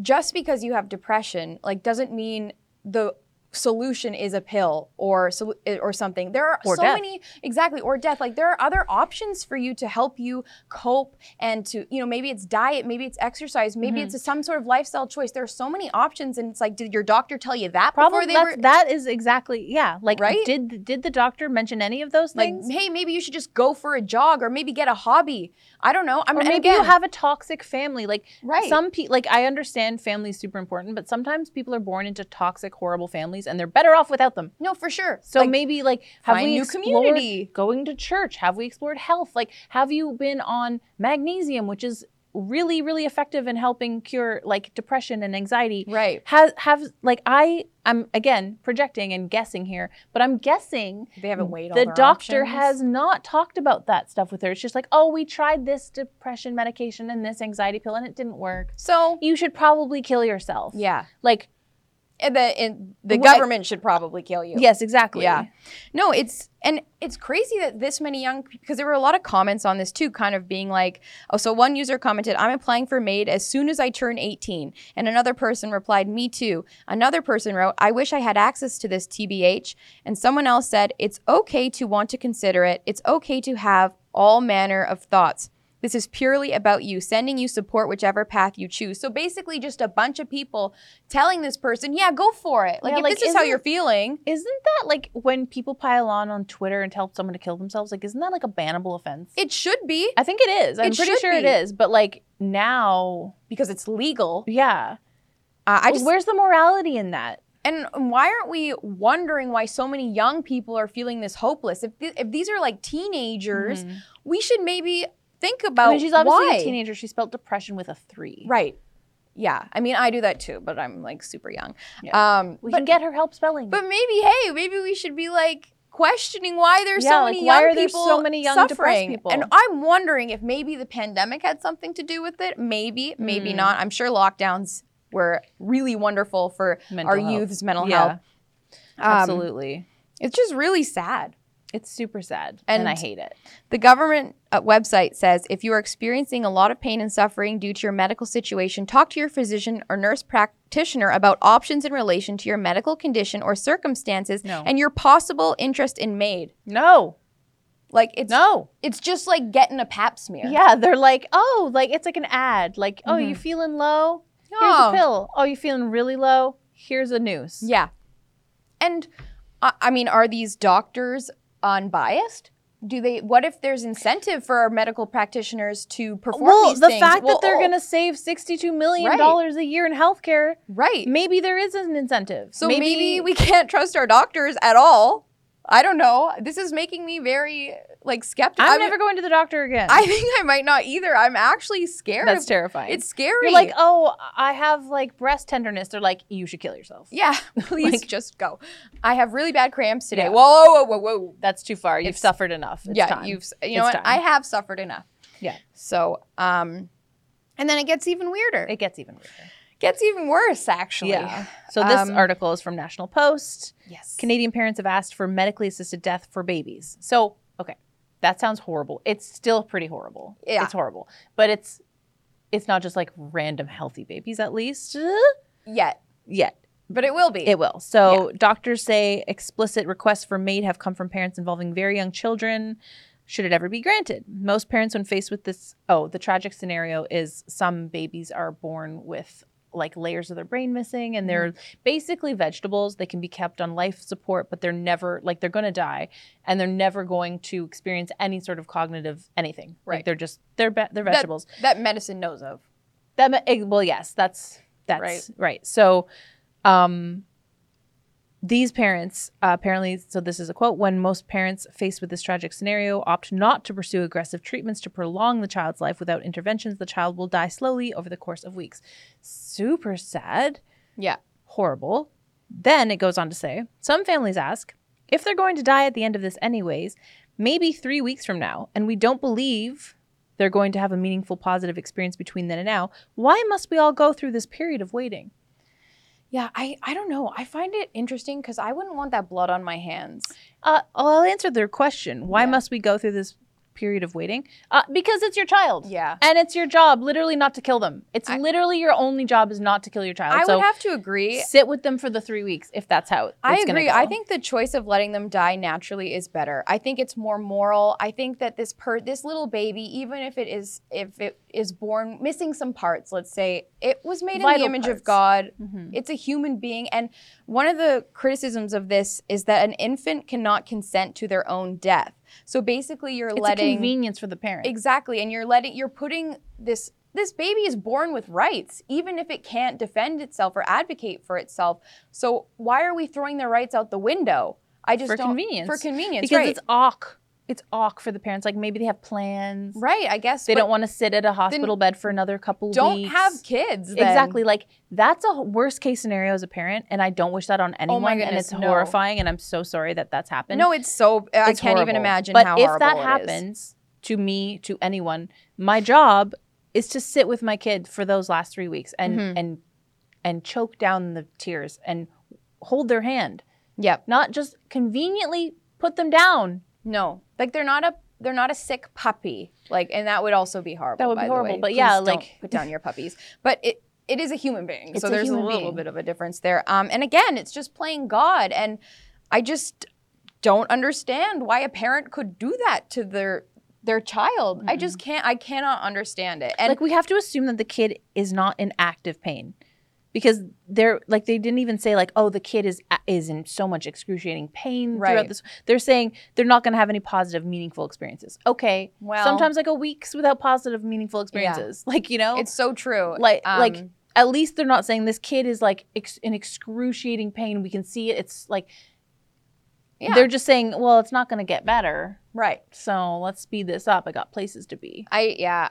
Speaker 1: just because you have depression, like, doesn't mean the solution is a pill or sol- or something. There are
Speaker 3: Or
Speaker 1: so
Speaker 3: death.
Speaker 1: many exactly or death. Like there are other options for you to help you cope and to you know maybe it's diet, maybe it's exercise, maybe
Speaker 3: Mm-hmm.
Speaker 1: it's a, some sort of lifestyle choice. There are so many options, and it's like, did your doctor tell you that
Speaker 3: Probably
Speaker 1: before they
Speaker 3: that's,
Speaker 1: were?
Speaker 3: that is exactly yeah. Like
Speaker 1: Right?
Speaker 3: did the- did the doctor mention any of those
Speaker 1: like
Speaker 3: things?
Speaker 1: hey maybe you should just go for a jog or maybe get a hobby i don't know i'm
Speaker 3: or
Speaker 1: and
Speaker 3: maybe you
Speaker 1: again,
Speaker 3: have a toxic family. Like
Speaker 1: right
Speaker 3: some people like I understand family is super important, but sometimes people are born into toxic, horrible families and they're better off without them.
Speaker 1: no for sure
Speaker 3: So
Speaker 1: Like,
Speaker 3: maybe like have
Speaker 1: find
Speaker 3: we
Speaker 1: new
Speaker 3: explored
Speaker 1: community.
Speaker 3: going to church? Have we explored health? Like have you been on magnesium, which is really really effective in helping cure like depression and anxiety?
Speaker 1: right
Speaker 3: Has have like I I'm again projecting and guessing here, but I'm guessing
Speaker 1: they haven't weighed all
Speaker 3: the
Speaker 1: their
Speaker 3: doctor
Speaker 1: options.
Speaker 3: has not talked about that stuff with her. It's just like, "Oh, we tried this depression medication and this anxiety pill and it didn't work.
Speaker 1: so
Speaker 3: You should probably kill yourself."
Speaker 1: yeah
Speaker 3: Like,
Speaker 1: and the and the
Speaker 3: What-
Speaker 1: government should probably kill you
Speaker 3: yes, exactly.
Speaker 1: Yeah. No, it's and it's crazy that this many young because there were a lot of comments on this too, kind of being like, oh, so one user commented, I'm applying for maid as soon as I turn 18. And another person replied, Me too. Another person wrote, I wish I had access to this TBH. And someone else said, It's okay to want to consider it. It's okay to have all manner of thoughts. This is purely about you, sending you support whichever path you choose. So basically, just a bunch of people telling this person, yeah, go for it. Like,
Speaker 3: Yeah,
Speaker 1: if
Speaker 3: like,
Speaker 1: this is how
Speaker 3: isn't-
Speaker 1: you're feeling,
Speaker 3: Isn't that like when people pile on on Twitter and tell someone to kill themselves? Like, isn't that like a bannable offense?
Speaker 1: it should be.
Speaker 3: I think it is. I'm
Speaker 1: It
Speaker 3: pretty
Speaker 1: should
Speaker 3: sure it
Speaker 1: be.
Speaker 3: is. But like now,
Speaker 1: because it's legal.
Speaker 3: yeah.
Speaker 1: Uh, I just
Speaker 3: Where's the morality in that?
Speaker 1: And why aren't we wondering why so many young people are feeling this hopeless? If, th- if these are like teenagers,
Speaker 3: Mhm.
Speaker 1: we should maybe think about
Speaker 3: I mean, she's obviously
Speaker 1: Oh, why.
Speaker 3: a teenager. She spelled depression with a three.
Speaker 1: Right. Yeah. I mean, I do that too, but I'm like super young. Um,
Speaker 3: We
Speaker 1: but,
Speaker 3: can get her help spelling.
Speaker 1: but maybe, hey, maybe we should be like questioning why there's
Speaker 3: Yeah,
Speaker 1: so
Speaker 3: like,
Speaker 1: many
Speaker 3: why
Speaker 1: young
Speaker 3: are there
Speaker 1: people
Speaker 3: so many young depressed
Speaker 1: suffering.
Speaker 3: people?
Speaker 1: And I'm wondering if maybe the pandemic had something to do with it. Maybe, maybe
Speaker 3: Hmm.
Speaker 1: not. I'm sure lockdowns were really wonderful for
Speaker 3: Mental
Speaker 1: our
Speaker 3: health.
Speaker 1: youth's mental
Speaker 3: yeah,
Speaker 1: health. Um,
Speaker 3: absolutely.
Speaker 1: It's just really sad.
Speaker 3: It's super sad,
Speaker 1: and
Speaker 3: and I hate it.
Speaker 1: The government uh, website says if you are experiencing a lot of pain and suffering due to your medical situation, talk to your physician or nurse practitioner about options in relation to your medical condition or circumstances
Speaker 3: No.
Speaker 1: and your possible interest in MAID.
Speaker 3: No,
Speaker 1: Like it's
Speaker 3: no.
Speaker 1: it's just like getting a pap smear.
Speaker 3: Yeah, they're like, oh, like it's like an ad. Like, oh, you
Speaker 1: Mhm.
Speaker 3: feeling low? Here's
Speaker 1: Oh.
Speaker 3: a pill. Oh, you feeling really low? Here's a noose.
Speaker 1: Yeah. And uh, I, I mean, are these doctors unbiased? Do they? What if there's incentive for our medical practitioners to perform
Speaker 3: Well,
Speaker 1: these
Speaker 3: the
Speaker 1: things?
Speaker 3: fact
Speaker 1: Well,
Speaker 3: that they're
Speaker 1: oh,
Speaker 3: going to save sixty-two million
Speaker 1: Right.
Speaker 3: dollars a year in healthcare,
Speaker 1: oh, right.
Speaker 3: maybe there is an incentive.
Speaker 1: So maybe, we can't trust our doctors at all. I don't know. This is making me very like skeptical.
Speaker 3: I'm
Speaker 1: I mean,
Speaker 3: never going to the doctor again.
Speaker 1: I think I might not either. I'm actually scared.
Speaker 3: That's
Speaker 1: of-
Speaker 3: terrifying.
Speaker 1: it's scary.
Speaker 3: You're like, oh, I have like breast tenderness. They're like, you should kill yourself.
Speaker 1: yeah, please
Speaker 3: like-
Speaker 1: just go. I have really bad cramps today.
Speaker 3: Yeah.
Speaker 1: Whoa, whoa, whoa, whoa.
Speaker 3: That's too far. You've
Speaker 1: It's-
Speaker 3: suffered enough. It's
Speaker 1: yeah,
Speaker 3: time.
Speaker 1: you've s- you know
Speaker 3: It's
Speaker 1: what?
Speaker 3: time.
Speaker 1: I have suffered enough.
Speaker 3: Yeah.
Speaker 1: So, um, and then it gets even weirder.
Speaker 3: It gets even weirder.
Speaker 1: gets even worse, actually.
Speaker 3: So this
Speaker 1: Um,
Speaker 3: article is from National Post.
Speaker 1: Yes.
Speaker 3: Canadian parents have asked for medically assisted death for babies. So, okay. That sounds horrible. It's still pretty horrible.
Speaker 1: Yeah.
Speaker 3: It's horrible. But it's it's not just like random healthy babies at least uh,
Speaker 1: Yet,
Speaker 3: yet.
Speaker 1: but it will be.
Speaker 3: It will. So doctors say explicit requests for MAID have come from parents involving very young children. Should it ever be granted? Most parents, when faced with this, oh, the tragic scenario is some babies are born with like layers of their brain missing and they're
Speaker 1: Mm-hmm.
Speaker 3: basically vegetables. They can be kept on life support, but they're never like they're going to die and they're never going to experience any sort of cognitive anything.
Speaker 1: Right.
Speaker 3: Like they're just, they're, be- they're
Speaker 1: That-
Speaker 3: vegetables.
Speaker 1: that medicine knows of.
Speaker 3: That ma- eh, well, yes, that's that's
Speaker 1: Right.
Speaker 3: right. So, um, these parents uh, apparently. So this is a quote: When most parents faced with this tragic scenario opt not to pursue aggressive treatments to prolong the child's life without interventions, the child will die slowly over the course of weeks. Super sad
Speaker 1: Yeah.
Speaker 3: horrible. Then it goes on to say some families ask if they're going to die at the end of this, anyways, maybe three weeks from now, and we don't believe they're going to have a meaningful positive experience between then and now, why must we all go through this period of waiting?
Speaker 1: Yeah, I, I don't know. I find it interesting because I wouldn't want that blood on my hands.
Speaker 3: Uh, I'll answer their question why
Speaker 1: Yeah.
Speaker 3: must we go through this period of waiting? Uh, because it's your child.
Speaker 1: Yeah.
Speaker 3: And it's your job, literally, not to kill them. It's
Speaker 1: I-
Speaker 3: literally your only job is not to kill your child.
Speaker 1: I
Speaker 3: so
Speaker 1: would have to agree.
Speaker 3: sit with them for the three weeks if that's how it's
Speaker 1: I
Speaker 3: gonna
Speaker 1: agree. I
Speaker 3: go.
Speaker 1: think the choice of letting them die naturally is better. I think it's more moral. I think that this per this little baby, even if it is if it is born missing some parts, let's say, it was made
Speaker 3: Vital
Speaker 1: in the image of
Speaker 3: parts.
Speaker 1: God.
Speaker 3: Mhm.
Speaker 1: It's a human being. And one of the criticisms of this is that an infant cannot consent to their own death. So basically you're
Speaker 3: it's a
Speaker 1: letting
Speaker 3: convenience for the parent.
Speaker 1: Exactly, and you're letting you're putting this this baby is born with rights, even if it can't defend itself or advocate for itself. So why are we throwing their rights out the window? I just
Speaker 3: For
Speaker 1: don't,
Speaker 3: convenience.
Speaker 1: for convenience,
Speaker 3: because
Speaker 1: right?
Speaker 3: it's awk. It's awk for the parents. Like maybe they have plans.
Speaker 1: right, I guess
Speaker 3: They
Speaker 1: but
Speaker 3: don't want to sit at a hospital bed for another couple
Speaker 1: don't
Speaker 3: weeks.
Speaker 1: have kids. then.
Speaker 3: exactly like that's a worst case scenario as a parent, and I don't wish that on anyone. and
Speaker 1: Oh goodness,
Speaker 3: it's
Speaker 1: no.
Speaker 3: horrifying, and I'm so sorry that that's happened.
Speaker 1: No, it's so I
Speaker 3: It's
Speaker 1: can't even
Speaker 3: horrible.
Speaker 1: imagine
Speaker 3: But
Speaker 1: how
Speaker 3: if
Speaker 1: horrible
Speaker 3: that
Speaker 1: it is.
Speaker 3: happens to me, to anyone, my job is to sit with my kid for those last three weeks and
Speaker 1: Mhm.
Speaker 3: and and choke down the tears and hold their hand,
Speaker 1: Yep.
Speaker 3: not just conveniently put them down
Speaker 1: No, like they're not a they're not a sick puppy. Like, and that would also be horrible.
Speaker 3: That would be
Speaker 1: by the
Speaker 3: horrible,
Speaker 1: way.
Speaker 3: but
Speaker 1: Please
Speaker 3: yeah,
Speaker 1: don't
Speaker 3: like-
Speaker 1: put down your puppies. But it it is a human being,
Speaker 3: It's
Speaker 1: so
Speaker 3: a
Speaker 1: there's a
Speaker 3: human
Speaker 1: little
Speaker 3: being.
Speaker 1: bit of a difference there. Um, and again, it's just playing God, and I just don't understand why a parent could do that to their their child. I just can't. I cannot understand it. And
Speaker 3: like we have to assume that the kid is not in active pain because they're like they didn't even say like oh the kid is is in so much excruciating pain
Speaker 1: Right.
Speaker 3: throughout this they're saying they're not going to have any positive meaningful experiences okay
Speaker 1: Well-
Speaker 3: sometimes I go weeks without positive meaningful experiences like you know
Speaker 1: it's so true.
Speaker 3: like like
Speaker 1: Um,
Speaker 3: at least they're not saying this kid is like ex- in excruciating pain. We can see it. It's like
Speaker 1: Yeah.
Speaker 3: they're just saying, well, it's not going to get better.
Speaker 1: Right.
Speaker 3: So let's speed this up. I got places to be.
Speaker 1: I yeah.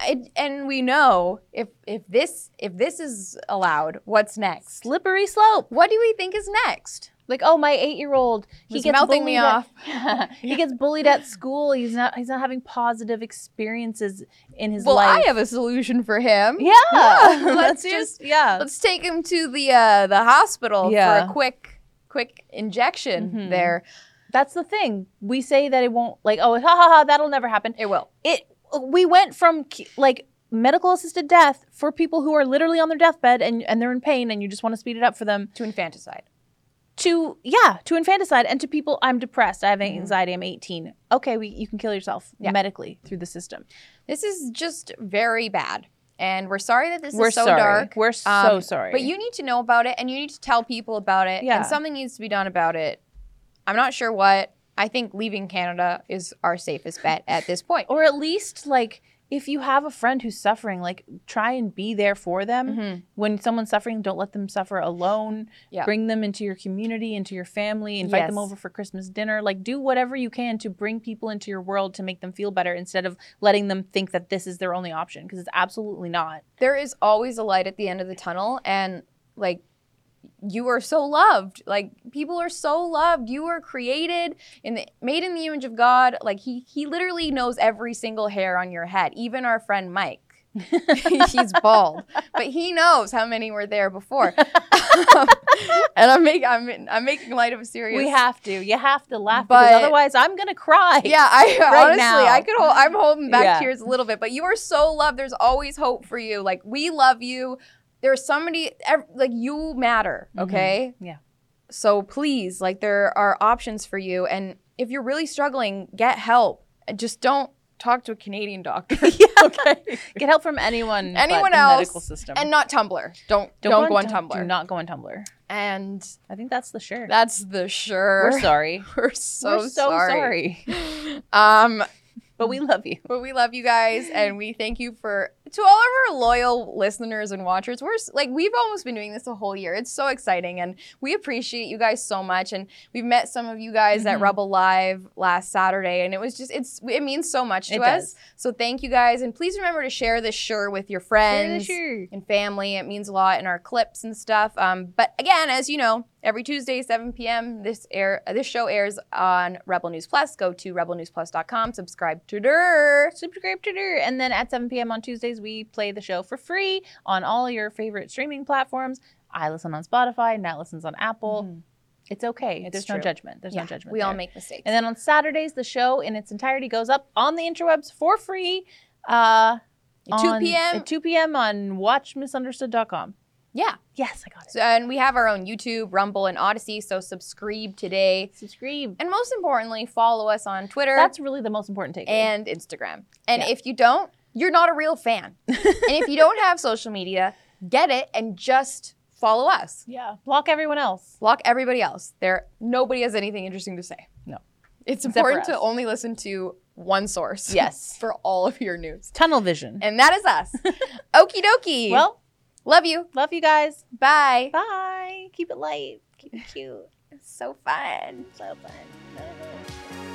Speaker 1: I, and we know if if this if this is allowed, what's next?
Speaker 3: Slippery slope.
Speaker 1: What do we think is next?
Speaker 3: Like, oh, my eight-year-old, he
Speaker 1: He's
Speaker 3: gets
Speaker 1: mouthing me
Speaker 3: bullied at-
Speaker 1: off.
Speaker 3: he gets bullied at school. He's not. He's not having positive experiences in his
Speaker 1: well,
Speaker 3: life.
Speaker 1: I have a solution for him.
Speaker 3: Yeah,
Speaker 1: Yeah, let's
Speaker 3: let's
Speaker 1: just-
Speaker 3: just yeah.
Speaker 1: Let's take him to the uh, the hospital for
Speaker 3: Yeah.
Speaker 1: a quick quick injection.
Speaker 3: Mhm.
Speaker 1: There,
Speaker 3: That's the thing. We say that it won't. Like, oh, ha ha ha, that'll never happen.
Speaker 1: it will.
Speaker 3: It. We went from ki- like medical assisted death for people who are literally on their deathbed and and they're in pain and you just want to speed it up for them
Speaker 1: to infanticide.
Speaker 3: to yeah to infanticide and to people I'm depressed I have
Speaker 1: Mhm.
Speaker 3: anxiety I'm 18 okay we you can kill yourself
Speaker 1: Yeah.
Speaker 3: medically through the system
Speaker 1: This is just very bad, and we're sorry that this
Speaker 3: we're
Speaker 1: is so
Speaker 3: sorry
Speaker 1: dark.
Speaker 3: we're so
Speaker 1: Um,
Speaker 3: sorry
Speaker 1: But you need to know about it, and you need to tell people about it,
Speaker 3: Yeah.
Speaker 1: and something needs to be done about it. I'm not sure what. I think leaving Canada is our safest bet at this point.
Speaker 3: or at least like if you have a friend who's suffering like try and be there for them
Speaker 1: Mhm.
Speaker 3: when someone's suffering don't let them suffer alone
Speaker 1: Yeah.
Speaker 3: bring them into your community into your family invite them
Speaker 1: Yes.
Speaker 3: over for christmas dinner like do whatever you can to bring people into your world to make them feel better instead of letting them think that this is their only option because it's absolutely not
Speaker 1: There is always a light at the end of the tunnel, and like you are so loved. Like people are so loved. You are created in the made in the image of God. Like he he literally knows every single hair on your head, even our friend Mike. He's bald, but he knows how many were there before. Um, and I'm making I'm, I'm making light of a serious.
Speaker 3: we have to you have to laugh
Speaker 1: But-
Speaker 3: because otherwise i'm gonna cry
Speaker 1: Yeah, I honestly
Speaker 3: now.
Speaker 1: I could hold I'm holding back
Speaker 3: Yeah.
Speaker 1: tears a little bit, but you are so loved. There's always hope for you. Like we love you. There's somebody ev- like you matter,
Speaker 3: Mhm.
Speaker 1: okay?
Speaker 3: Yeah.
Speaker 1: So please, like there are options for you and if you're really struggling, get help. Just don't talk to a Canadian doctor
Speaker 3: okay get help from anyone but
Speaker 1: Anyone
Speaker 3: the
Speaker 1: else,
Speaker 3: medical system
Speaker 1: and not Tumblr. Don't don't, go on
Speaker 3: Tum-
Speaker 1: Tumblr.
Speaker 3: do not go on tumblr
Speaker 1: And
Speaker 3: i think that's the shirt
Speaker 1: that's the sure.
Speaker 3: we're sorry
Speaker 1: We're so,
Speaker 3: we're so sorry.
Speaker 1: sorry. um
Speaker 3: but we love you.
Speaker 1: But we love you guys, and we thank you for to all of our loyal listeners and watchers. We're s- like we've almost been doing this a whole year. It's so exciting, and we appreciate you guys so much. And we've met some of you guys at
Speaker 3: Mhm.
Speaker 1: Rebel Live last Saturday, and it was just it's it means so much to
Speaker 3: It
Speaker 1: us.
Speaker 3: does.
Speaker 1: So thank you guys, and please remember to share this sure with your friends and family. It means a lot in our clips and stuff. Um, but again, as you know, every Tuesday, 7 p.m., this air this show airs on Rebel News Plus. Go to rebelnewsplus.com, subscribe to der.
Speaker 3: Subscribe to Dur. And then at 7 p.m. on Tuesdays, we play the show for free on all your favorite streaming platforms. I listen on Spotify, Nat listens on Apple. It's okay.
Speaker 1: Mm-hmm. It's
Speaker 3: There's
Speaker 1: true.
Speaker 3: no judgment. There's
Speaker 1: Yeah,
Speaker 3: no judgment.
Speaker 1: We all
Speaker 3: there.
Speaker 1: make mistakes.
Speaker 3: And then on Saturdays, the show in its entirety goes up on the interwebs for free. Uh,
Speaker 1: At 2
Speaker 3: on-
Speaker 1: p.m.
Speaker 3: At 2 p.m. on watchmisunderstood.com.
Speaker 1: yeah.
Speaker 3: Yes, I got it.
Speaker 1: So, uh, and we have our own YouTube, Rumble, and Odyssey. So subscribe today.
Speaker 3: Subscribe.
Speaker 1: And most importantly, follow us on Twitter
Speaker 3: That's really the most important takeaway.
Speaker 1: and Instagram. And
Speaker 3: Yeah.
Speaker 1: if you don't, you're not a real fan. and if you don't have social media, get it and just follow us.
Speaker 3: yeah, block everyone else.
Speaker 1: Block everybody else. There, nobody has anything interesting to say.
Speaker 3: No.
Speaker 1: It's
Speaker 3: Except for
Speaker 1: important to
Speaker 3: us.
Speaker 1: only listen to one source.
Speaker 3: Yes.
Speaker 1: for all of your news.
Speaker 3: Tunnel vision.
Speaker 1: And that is us. Okie dokie.
Speaker 3: well,
Speaker 1: love you.
Speaker 3: love you guys.
Speaker 1: Bye.
Speaker 3: Bye. Keep it light. Keep it cute.
Speaker 1: So fun.
Speaker 3: so fun.